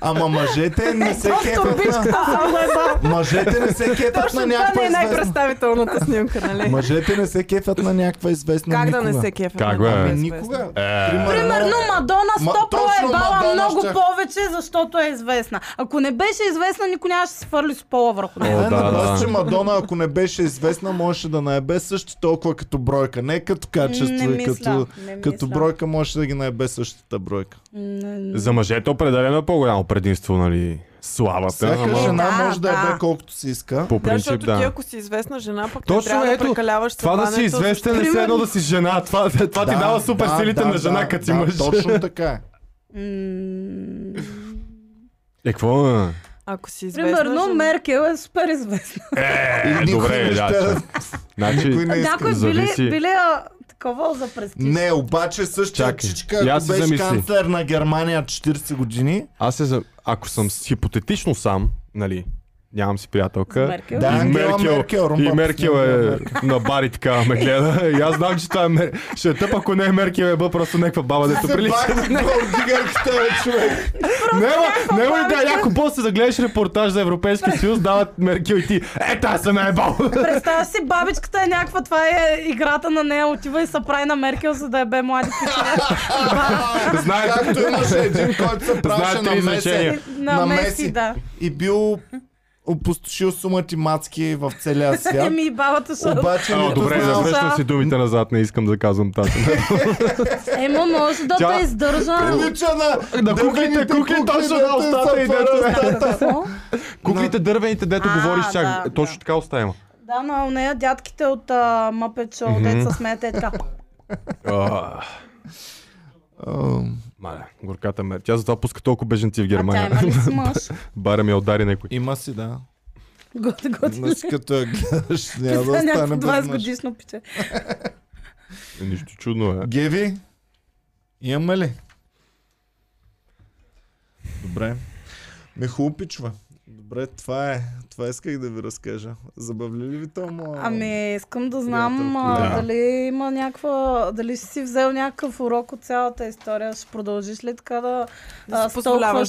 ама мъжете не се кефят на... Мъжете не се кефят на Точно това някаква не е известна. най-представителната снимка, нали? Мъжете не се кефят на някаква известна Как да никога. не се кефят? Как е? на бе? някаква Ами известна? никога. Е, Примерно Мадона Ма, 100 про е точно, Мадона бала много ще- повече, защото е известна. Ако не беше известна, никой нямаше да се свърли с пола върху нея. О, Е, да, на да. бас, че Мадона, ако не беше известна, можеше да наебе също толкова като бройка. Не като качество Не и мисля, като, не като мисля. бройка можеше да ги наебе същата бройка. Не, не. За мъжете определено е по-голямо предимство, нали? Славата. Всяка ама- жена Е, Да, може да, да. ебе колкото си иска. По Да, принцип, защото ти да. ако си известна жена, пък не Точно, трябва да ето, прекаляваш Това да си събрането, известен е все едно да си жена. Това, това ти дава супер силите на жена, като си да, мъж. Точно така е. М, Е, какво? е? Ако си известна Примерно жена- Меркел е супер известна. Е, никой добре, не да. ще- че- Значи, Никой не иска. Някой били, зависи. били а, такова за престиж. Не, обаче същия Чакай, чичка, я ако си беше замисли. канцлер на Германия 40 години, аз се, за- ако съм с- хипотетично сам, нали, нямам си С приятелка. Меркел. Да, и Ангела Меркел, Меркел, румба и Меркел по е снега, на бар и така ме гледа. И аз знам, че това е Мер... Ще е тъп, ако не е Меркел, е бъл просто някаква баба, дето се прилича. бах от дигарката, бе, човек. Нема, нема ли да е яко после да гледаш репортаж за Европейския съюз, дават Меркел и ти. Ето, аз съм я е бал. Представя си, бабичката е някаква, това е играта на нея, отива и се прави на Меркел, за да е бе млади пичове. Знаете, Както имаше един, който се правеше Знаят на три Меси значения. Е, На, На Меси, Меси. да. и бил опустошил сумати мацки в Е, целия свят. Еми и бабата ще... Обаче А, нито добре, знал- завръщам завръщам си думите назад, не искам да казвам тази. Ема може да Тя- те издържа. Прилича на... На куклите, дървените кукли, точно на дето устата са и дето пара- е. Да, какво? Куклите дървените, дето А, говориш с тях, да, точно да. така остава. Да, но у нея дядките от а, Мъпет Шоу, Мгм. деца смеят е така. Ам, Мале, горката мер. Тя затова пуска толкова беженци в А тя е Германия. има ли си мъж? Бара ми я удари някой. Има си, да. Готи, готи. Има си като я гледаш, няма да Представя остане някакво без 20 мъж. годишно пиче. Е, Нищо чудно е. Геви, имаме ли? Добре. Ме хубаво пичва. Добре, това е. Това исках да ви разкажа. Забавли ли ви то, моя? Ами, искам да знам Приятелко. а, Да. дали има някаква... Дали си си взел някакъв урок от цялата история. Ще продължиш ли така да, Да си а, позволяваш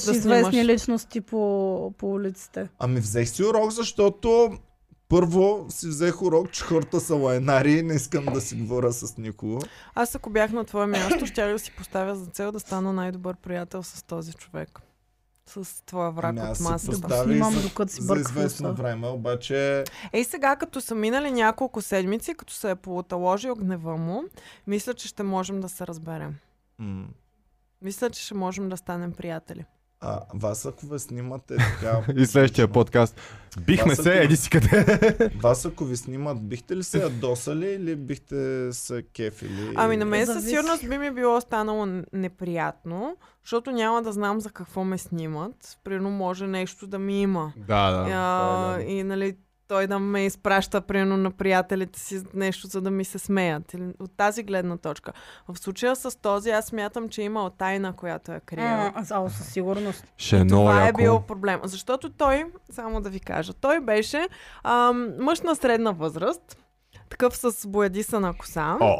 стълкваш да снимаш? известни личности по, по улиците? Ами взех си урок, защото първо си взех урок, че хората са лайнари и не искам да си говоря с никого. Аз ако бях на твое място, ще да си поставя за цел да стана най-добър приятел с този човек. С твоя враг Ами аз от си масата. представя- Дави Снимам за- докато си За бъркам. известно време, обаче... Ей сега, като са минали няколко седмици, като се е полуталожил гнева му, мисля, че ще можем да се разберем. м, Мисля, че ще можем да станем приятели. А, вас ако ви снимате така... И следващия подкаст. Бихме Аз се, ако- еди си къде. Вас ако ви снимат, бихте ли се ядосали или бихте се кефили? Ами на мен със Зависи. сигурност би ми било станало н- неприятно, защото няма да знам за какво ме снимат. Примерно може нещо да ми има. Да, да. е а, и нали, той да ме изпраща примерно на приятелите си нещо, за да ми се смеят. Или От тази гледна точка. В случая с този аз смятам, че има тайна, която е криела. А, а, със сигурност. Ще е много Това е яко. бил проблем. Защото той, само да ви кажа, той беше ам, мъж на средна възраст, такъв с боядисана коса, О,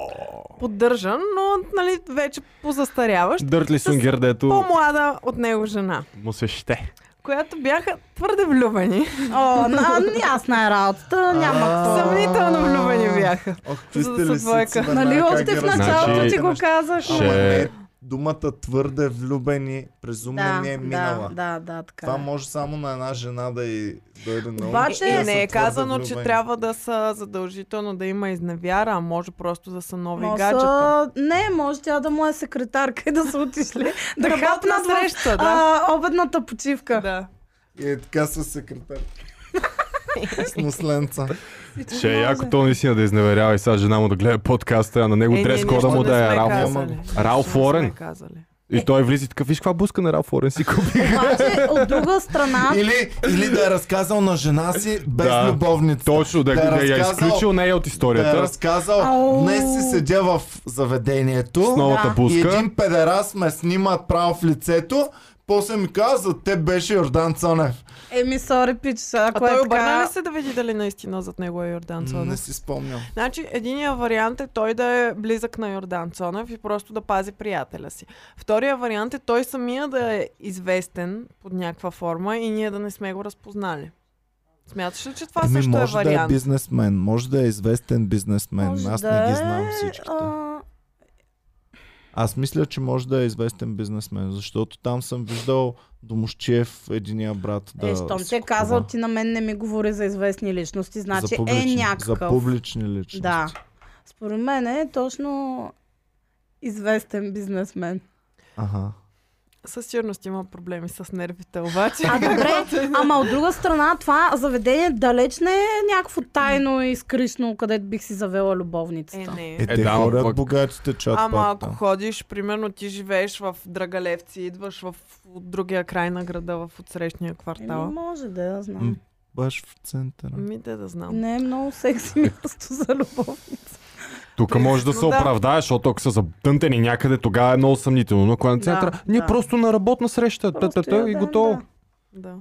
поддържан, но нали, вече позастаряващ, Дъртли Сунгер, дето по-млада от него жена, му се ще. която бяха твърде влюбени. О, на, ясна е работата, няма А. Съмнително влюбени бяха. Ох, какви За да сте са лисици, двойка. бе, Нали най- как още ги в началото разбираш? ти го казах? Ама Ще- не, думата твърде влюбени през ум не ми е минала. да, да, да, така. Това е. може само на една жена да й дойде на ум. Обаче- че И, да са и не е твърде казано, че влюбени. трябва да са задължително да има изневяра, а може просто да са нови Носа- гаджета. Не, може тя да му е секретарка и да са отишли. да Работна хапнат в среща, да. а, обедната почивка. да. И е така със секретар. С носленца. Всичко Ще е може. яко то наистина да изневерява и сега жена му да гледа подкаста, а на него дрес кода Е, нищо му не да сме е Ралф. казали. Лорен. Нищо Ралф не сме Лорен. казали. И той влиза и така, виж каква буска на Ралф Лорен си купи. Обаче, от друга страна, Или, или да е разказал на жена си без Да. любовница. Точно, да, Да е да, я разказал- изключил нея от Да е историята разказал, Ау. днес си седя в заведението. с новата Да. И буска. един педерас ме снимат право в лицето, после ми каза, за те беше Йордан Цонев. еми, сори, пич, А ако е той обърна ли така... се да види дали наистина зад него е Йордан М, Не Цонев? си спомням. Значи, единия вариант е той да е близък на Йордан Цонев и просто да пази приятеля си. Втория вариант е той самия да е известен под някаква форма и ние да не сме го разпознали. Смяташ ли, че Ами това Еми, също е може да е вариант? бизнесмен, може да е известен бизнесмен. Може Аз да не ги е, знам всичките. а, Аз мисля, че може да е известен бизнесмен, защото там съм виждал Домощев, единия брат да е, щом си ти е казал, купува. ти на мен не ми говори за известни личности, значи за е публични, някакъв. За публични личности. Да. Според мен е точно известен бизнесмен. Ага. Със сигурност има проблеми с нервите, обаче. А добре, ама от друга страна, това заведение далеч не е някакво тайно и скришно, където бих си завела Е, любовницата. не. Е, те да, хора, пък- богатите чат Ама пак, ако да. ходиш, примерно ти живееш в Драгалевци, идваш в от другия край на града, в отсрещния Еми, квартал. Е, може да я М. знам. Баш в центъра. Ми да да знам. Не е много секси място за любов. Тук може да се Но да. оправдаеш, защото ако са затънтени някъде, тогава е много съмнително. Но когато е на Да, центъра, ние да. просто на работна среща. Просто Та-та-та я и дам, готово. да. Да.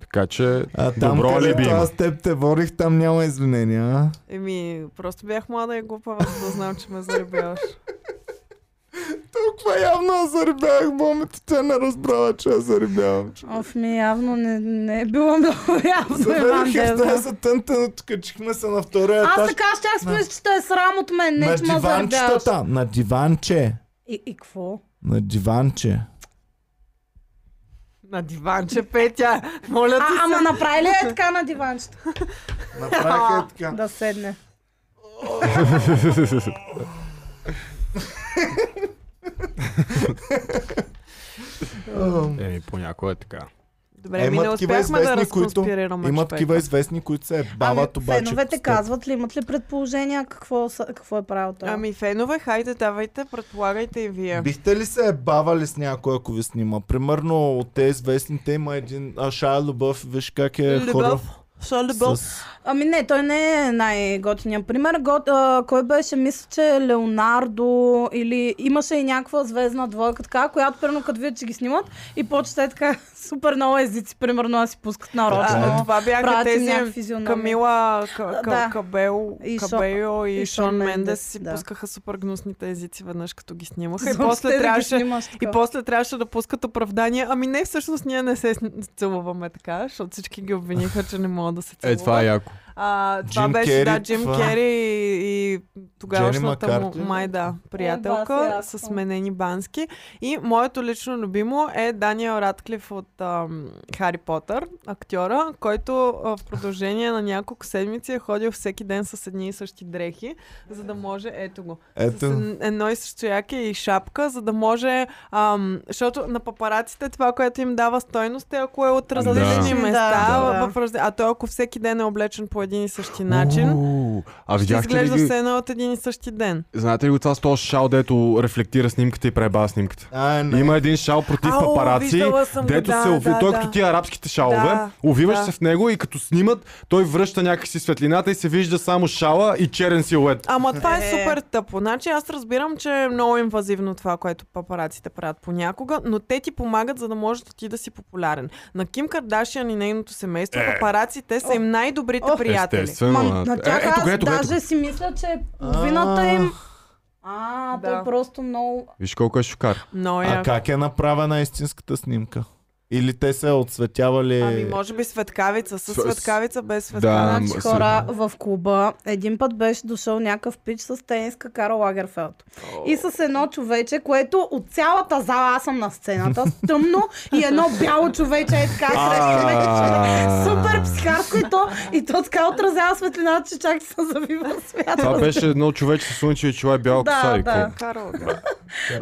Така че, А там, Добро където ли би има? аз теб те водих, там няма извинения. а? Еми, просто бях млада и глупава, за да знам, че ме заребяваш. Толкова явно аз зарибях бомбата, тя не разбрала, че аз зарибявам. Оф, ми явно не, не е било много явно, Иван Заведох я в е, Дезна. тази тънтена, тук качихме се на втория Аз етаж. така щях си мисля, че те е срам от мен, не на че ме заребяваш. диванчетата, на диванче. И, и какво? На диванче. На диванче, Петя! Моля ти А, се! ама направи ли е така на диванчето? Направих е така. Да седне. еми, понякога е така. Добре, Е, ми има не такива успяхме да известни, които- разконспирираме Има човека. такива известни, които се бават ами, обаче. феновете с теб. казват ли, имат ли предположения какво, са- какво е правил той? Ами, фенове, хайде, давайте, предполагайте и вие. Бихте ли се бавали с някой, ако ви снима? Примерно от те известните има един а, Шая Любов, виж как е хора. Любов. Шо любов? С... Ами не, той не е най-готиният пример. Гот, а, кой беше, мисля, че е Леонардо или имаше и някаква звездна двойка, така, която примерно като видят, че ги снимат и почте така супер много езици, примерно да си пускат А, нарочно. това бяха Правят им Е, тези някакви физиономии. Камила К- К- Да. Кабел, И Шон- Кабейо и, и Шон Шон Мендес, Мендес си да. пускаха супер гнусните езици веднъж като ги снимаха и Защо те после да ги трябваше снимаш така? и после трябваше да пускат оправдания. Ами не, всъщност ние не се с- целуваме така, защото всички ги обвиниха, че не могат да Е, се целуват. това е яко. А, това Джим беше, Кери, да, Джим това. Кери и, и тогавашната Джени Маккарти. му, май да, Е, приятелка баси, аз с съм. сменени бански. И моето лично любимо е Даниел Радклиф от ам, Хари Потър, актьора, който а, в продължение на няколко седмици е ходил всеки ден с едни и същи дрехи, за да може, ето го, с Ето. ед- едно и също яке и шапка, за да може, ам, защото на папараците това, което им дава стойност е ако е от различни Да. места, Да, да. В, в, разли- а той ако всеки ден е облечен по един и същи начин, Уу, А ще видяхте ли изглежда ги? все едно от един и същи ден. Знаете ли го това с този шал, дето рефлектира снимката и преба снимката? Ай, не. Има един шал против Ау, папараци, виждала съм го, дето да, се уви... да, той е да. като тия арабските шалове, Да, увиваш да. се в него и като снимат, той връща някакси светлината и се вижда само шала и черен силует. Ама това е Е. супер тъпо. Значи аз разбирам, че е много инвазивно това, което папараците правят понякога, но те ти помагат, за да можеш да ти да си популярен. На Ким Кардашиан и нейното семейство папараците са им най-добрите О. Е. приятели. Естествено. Ма, а- на тях е, ето, аз го, ето, го, ето. го. даже си мисля, че половината им... А, Да. той просто много... Виж колко е шокар. Но А как е направена истинската снимка? Или те се отсветявали... Ами може би светкавица, с С- светкавица, без светкавица. Да, Значи м- хора в клуба, един път беше дошъл някакъв пич с тениска Карл Лагерфелд. И с едно човече, което от цялата зала аз съм на сцената, с тъмно и едно бяло човече е така срещу мен. А. Супер психарско и то, и то така отразява светлината, че чак се завива свят. Това беше едно човече с слънчеви чела и бяла Да, коса. и да. какво? Карл, да.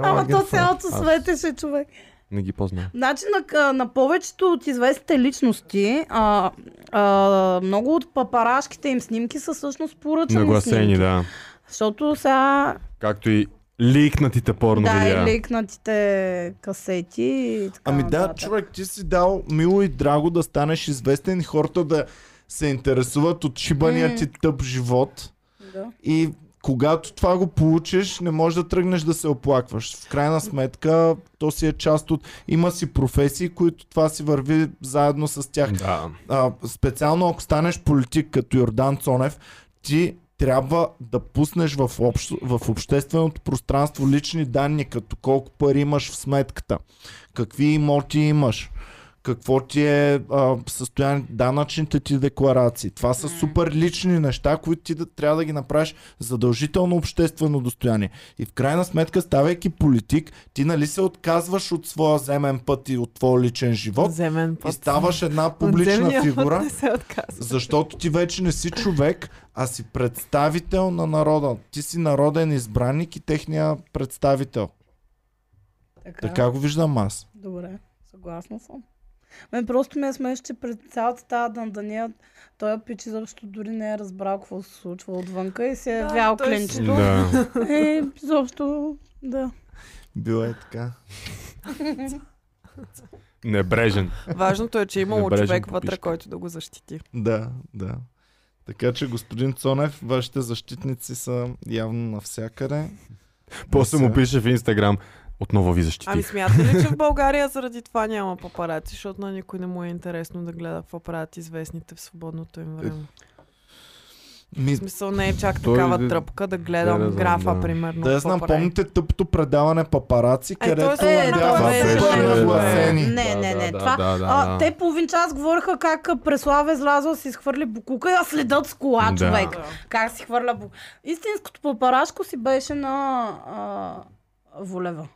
Ама то цялото Аз- светеше човек. Не ги познавам. Значи на, на повечето от известните личности, а, а, много от папарашките им снимки са всъщност поръчани Нагласени, снимки. да. Защото сега Както и ликнатите порно да, е видеа. и ликнатите касети и така Ами да, нататък. човек, ти си дал мило и драго да станеш известен, и хората да се интересуват от шибания М. ти тъп живот. Да. И когато това го получиш, не можеш да тръгнеш да се оплакваш. В крайна сметка, то си е част от... Има си професии, които това си върви заедно с тях. Да. а, специално ако станеш политик като Йордан Цонев, ти трябва да пуснеш в, общо, в общественото пространство лични данни, като колко пари имаш в сметката, какви имоти имаш, какво ти е а, състояние, данъчните ти декларации. Това са супер лични неща, които ти да, трябва да ги направиш задължително обществено достояние. И в крайна сметка, ставайки политик, ти нали се отказваш от своя земен път и от твоя личен живот Земен и път. ставаш една Земния публична път фигура, Не се отказва. защото ти вече не си човек, а си представител на народа. Ти си народен избранник и техния представител. Така. Така го виждам аз. Добре, съгласна съм. Мен просто ме е смеш, че пред цялата тази дандания той пичи, защото дори не е разбрал какво се случва отвънка и се е Да, вял той кленче. си- Да. Е, защо? Да. Било е така. Небрежен. Важното е, че имало Набележен човек по вътре, пишка. който да го защити. Да, да. Така че, господин Цонев, вашите защитници са явно навсякъде. После Не му се- пише в Инстаграм. Отново ви Ами защитих. смятате ли, че в България заради това няма папараци, защото на никой не му е интересно да гледа какво правят известните в свободното им време. В Ми, смисъл не е чак Той такава да- тръпка да гледам да, да, графа, да. примерно. да я какво знам, прави. помните тъпто предаване папараци, Е, то е където супер, е, бяха това беше- супер нагласени. Не, Да, не, да, не. да, това, да, да, а, да. Те половин час говориха как а, Преслава излязла си изхвърли букука, а следят с кола Да. човек. Да. Как си хвърля букука. Истинското папарашко си беше на а, Волева.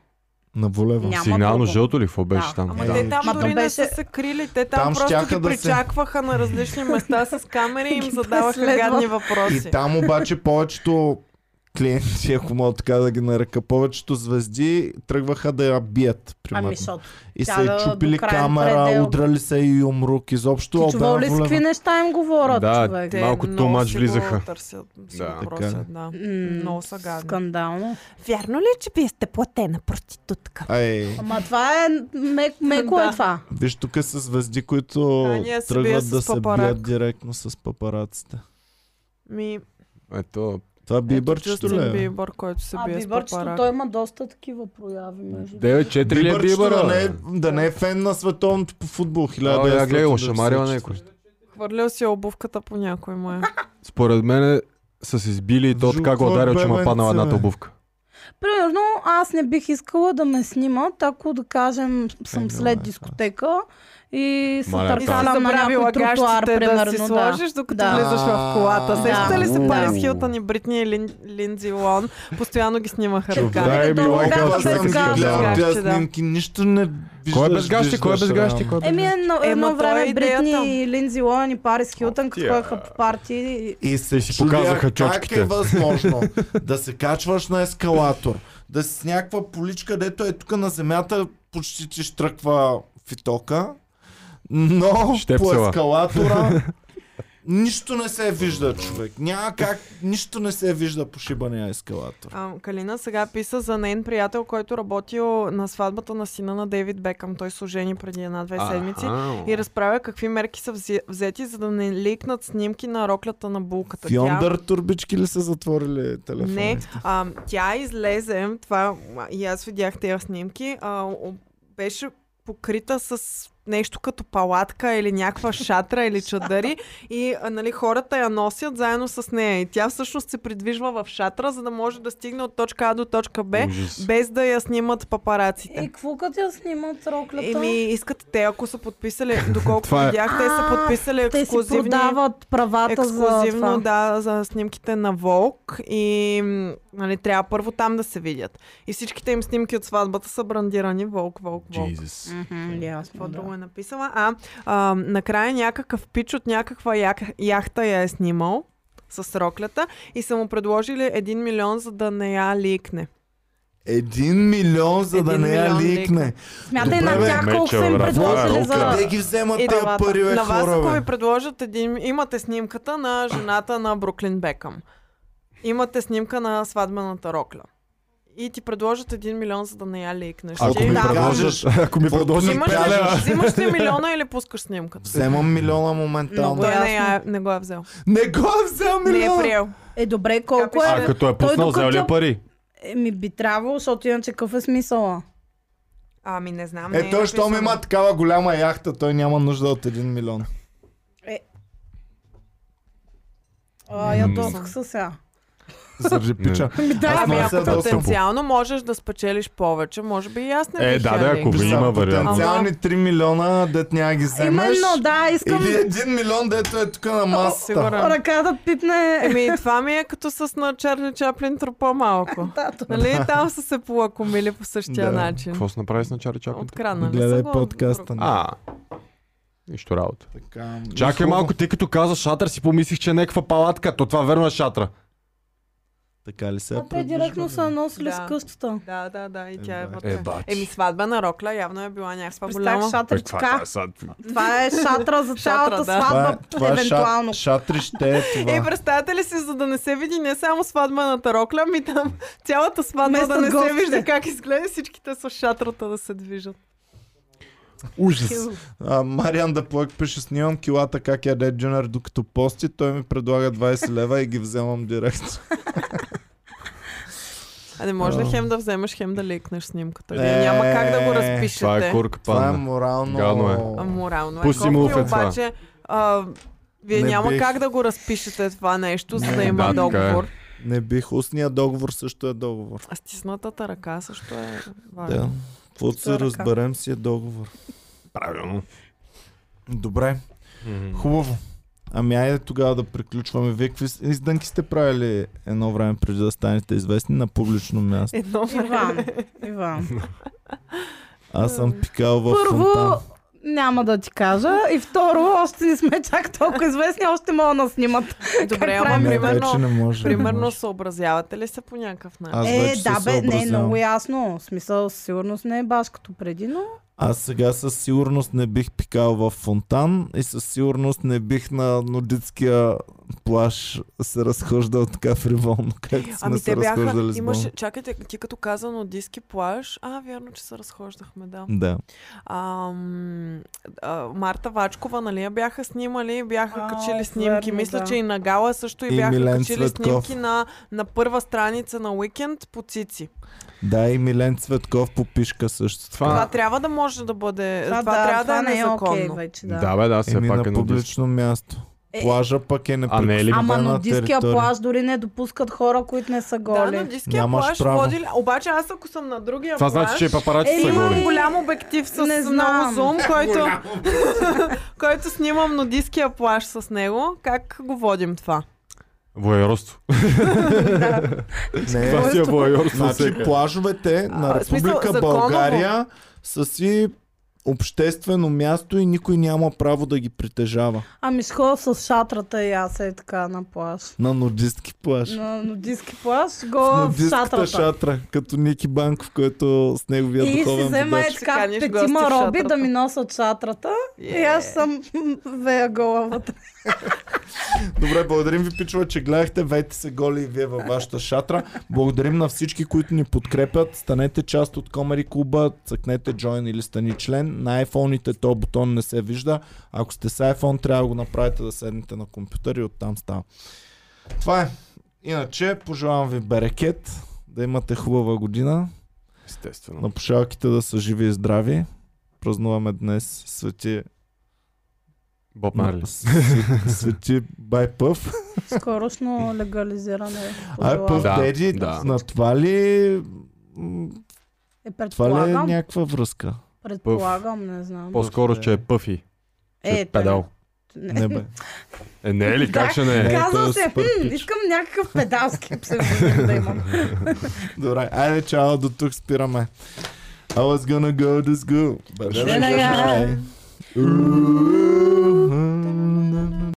На волева. Няма Сигнално друго. жълто ли? Какво беше Да. там? Ама Да. те там Ма дори то не беше- са се крили, те там, Там просто щяха ги да се- причакваха на различни места с камери и им Ги задаваха преследват. гадни въпроси. И там обаче повечето клиенти, ако мога така да ги нарека, повечето звезди тръгваха да я бият. Примерно. Ами, защото и тя са да- да, чупили до краен камера, предел. удрали се и умрук. Изобщо ти чувал обема ли с какви волева. неща им говорят, Да, човек? те- Малко много тумач си го влизаха. Търсят, си Да. го Така просят, да. М, Много са гадни. Скандално. Вярно ли, че вие сте платена проститутка? Ай, Ама това е мек, меко Да. е това. виж тук са звезди, които А, ние се бият тръгват с да се папарак. бият директно с папараците. Ми, Ето, Това ето бибърчето ли Джастин е? Бибър, който се А бие с бибърчето, папарак. той има доста такива прояви. Между... Деве, четири ли е Бибърчето да не, е, бибъра? да не е фен на световното по футбол. Да, 1900 я гледал, шамарила 1994. някой. Хвърлил си обувката по някой е. май. Според мен са се избили и то Жу, така го кой ударил, бе, че му бе, паднала бе? едната обувка. Примерно, аз не бих искала да ме снимат, ако да кажем съм Е, след добре, дискотека и се Маля, И Там. си търкалям на забравила някой тротуар, гащите примерно. да си сложиш, докато Да. влизаш в колата. Да. Сещате ли се Да. Парис Хилтън и Бритни и Лин, Линдзи Лон? Постоянно ги снимаха Чудо. ръка. Дай ми Долу лайк бяха на Аз без съм човека. ги гащи. гледал Без тия гащи, да. снимки, нищо не виждаш. Кой е без гащи, кой е без виждаш, гащи, реално. кой е без Еми, едно, Е, едно ма то е време идеята. Бритни, и Линдзи Лоан и Парис Хилтън, като тия. ходеха по парти. и- И се Си чудя показаха как чочките. е възможно да се качваш на ескалатор, да си с някаква поличка, дето е тук на земята, почти ти штръква фитока, но по Щепсела. ескалатора нищо не се вижда, човек. Няма как, нищо не се вижда по шибания ескалатор. А, Калина сега писа за нейн приятел, който работил на сватбата на сина на Дейвид Бекъм. Той се ожени преди една-две седмици. Аха. И разправя какви мерки са взе- взети, за да не ликнат снимки на роклята на булката. Тя- Фьондър турбички ли са затворили телефона? Не, а, тя излезе, това а, и аз видях тези снимки, а, о- беше покрита с нещо като палатка или някаква шатра или чадъри и а, нали, хората я носят заедно с нея и тя всъщност се придвижва в шатра, за да може да стигне от точка А до точка Б, Ужас. без да я снимат папараците. И какво като я снимат роклята? Еми, искат те, ако са подписали, доколкото Това е- видях, те са А, подписали Те си ексклюзивни... продават правата за това. Ексклюзивно, да, за снимките на Волк и м, нали, трябва първо там да се видят. И всичките им снимки от сватбата са брандирани Волк, Волк, Волк. Jesus. Мгм, Какво Ясно, да. друго е написала? А, а, накрая някакъв пич от някаква як, яхта я е снимал с роклята и са му предложили 1 милион, за да не я ликне. Един милион, за да Един не я милион ликне. Смятай Добре, на бе, тях колко са им мечел, предложили браво, за... Къде ги вземат И тия да, пари, бе, на вас, хора, ако бе? ви предложат един... Имате снимката на жената на Бруклин Бекъм. Имате снимка на сватбената рокля. И ти предложат един милион, за да не я ликнеш. Ако Е, Ти ми Да. предложат, ако ми Какво предложат имаш Взимаш, ли, Кажеш. взимаш ли милиона или пускаш снимката? Вземам милиона моментално. Много Той не, ясно. я, не го е взел. Не го е взел Не е милиона! приел. Е, добре, колко Капиш. А е... като е пуснал, докато взел ли е я- пари? Еми, би трябвало, защото иначе какъв е смисъла? Ами не знам. не Е, той, щом написано. има такава голяма яхта, той няма нужда от 1 милион. А, я досках се сега. Сържи пича. Ми, да, Аз Ами не ако се досъм. потенциално можеш да спечелиш повече, може би и аз не Е, бих да, я да, ако ликнала. Виж, има вариант. потенциални 3 милиона, дет няма ги вземеш. Именно, да, искам Или 1 милион, дето е тук на масата. Сигурен. ръка да пипне... Еми, това ми е като с на Чарли Чаплин трупа малко. Да, то- Нали? Там са се полакомили по същия Да. начин. Какво си направи с на Чари Чаплин? Откраднали са Гледай го. подкаста. А, нищо работа. Така, Чакай хубаво. малко, ти като каза шатър си помислих, че е някаква палатка. То това верно е шатра. Така ли се е А те директно са носили Да. с къщата. Да, да, да, и тя е Еба. вътре. Ебач. Еми, сватба на Рокля явно е била някаква Представях голяма. Е, каква шатърчка. е сега? Това е шатра за Шатра, да. цялата е- сватба, евентуално. шатрище е Е, това. представете ли си, за да не се види не само сватба на Рокля, ми там цялата сватба Вместо да не се гостите. вижда как изглежда всичките с шатрата да се движат. Ужас. А, Мариан Даплък пише, снимам килата как яде Джунер, докато пости, той ми предлага 20 лева и ги вземам директно. А не може ли Да. хем да вземеш, хем да ликнеш снимката? Е, Няма как да го Това е разпишете. курка Това е падна. морално. Гадно е. А, Морално е. Пусти Кофти, му в е това. обаче, а, вие Не няма бих. как да го разпишете това нещо, за Не, да има да, така е. договор. Не бих. Устния договор също е договор. А стиснатата ръка също е важна. Да. Каквото се Втора разберем си е договор. Правилно. Добре, хубаво. Ами айде тогава да приключваме. Вие какви с- издънки сте правили едно време преди да станете известни на публично място? Е, Едно Иван, Иван. Аз съм пикал в Първо, фонтан. няма да ти кажа. И второ, още не сме чак толкова известни, още мога да снимат. Добре, ама правим? Не, примерно, вече не може. не примерно може. съобразявате ли се по някакъв начин? Аз е, вече се да бе, не е съобразявам. много ясно. В смисъл, със сигурност не е баш като преди, но Аз сега със сигурност не бих пикал в фонтан и със сигурност не бих на нудитския плаж се разхождал така фриволно, както сме Ами се те бяха, разхождали с имаше, Боми. чакайте, ти като каза нудиски плаж, а, вярно, че се разхождахме, да. Да. Ам, а, Марта Вачкова, нали, я бяха снимали, бяха А, качили снимки. верно, Мисля, да. че и на Гала също и, И бяха Милен качили Цветков. снимки на, на първа страница на уикенд по цици. Да, и Милен Цветков по пишка също. Това- Това А. трябва да може да бъде, това, да, трябва да не е окей незаконно. вече. Да. Да, бе, да, все Еми пак на е нудист. публично място. Е, плажа пък е А не е ли? неприкосновена Ама на диския територия. плаж дори не допускат хора, които не са Да, голи. на диския Нямаш плаж право. води... Обаче аз ако съм на другия Това плаж... значи, че папараци Е, са има голи. Имам Говори. голям обектив с Не много знам. зум, който, който снимам нудистския плаж с него. Как го водим това? Воерство. Не, Това си е воерство. Значи всеки. плажовете на А, в смисъл, Република законово. България са си обществено място и никой няма право да ги притежава. Ами ще ходя с шатрата и аз е така на плаж. На нудистки плаж. На нудистски плаж, го На в диската шатрата. шатра, като Ники Банков, който с неговия И си духовен взема е водач. Ще така каниш гости петима в роби шатрата. Е. да ми носят шатрата. И аз съм вея гола вътре. Добре, благодарим ви, пичува, че гледахте. Вейте се голи и вие във вашата шатра. Благодарим на всички, които ни подкрепят. Станете част от Комери клуба, цъкнете Join или стани член. На iPhone-ите то бутон не се вижда. Ако сте с iPhone, трябва да го направите да седнете на компютър и оттам става. Това е. Иначе, пожелавам ви берекет, да имате хубава година, на Естествено. пошалките да са живи и здрави. Празнуваме днес Свети, Боб Марли. Свети- Нали, Свети Байпъв. Скорошно легализиране. Ай, Пъв Да, Деди, да. на това ли... м, Е, Това ли е предполагам, някаква връзка? предполагам, не знам. По-скоро, че е пъфи. Че е той- педал. Не бе. Е, не е ли? Как ще не Да. е? той е Казвам се, супер хм, пич. искам някакъв педалски псевдоним да имам. Добре, айде чао, до тук спираме. I was gonna go to school. but- Веднага. Ooh.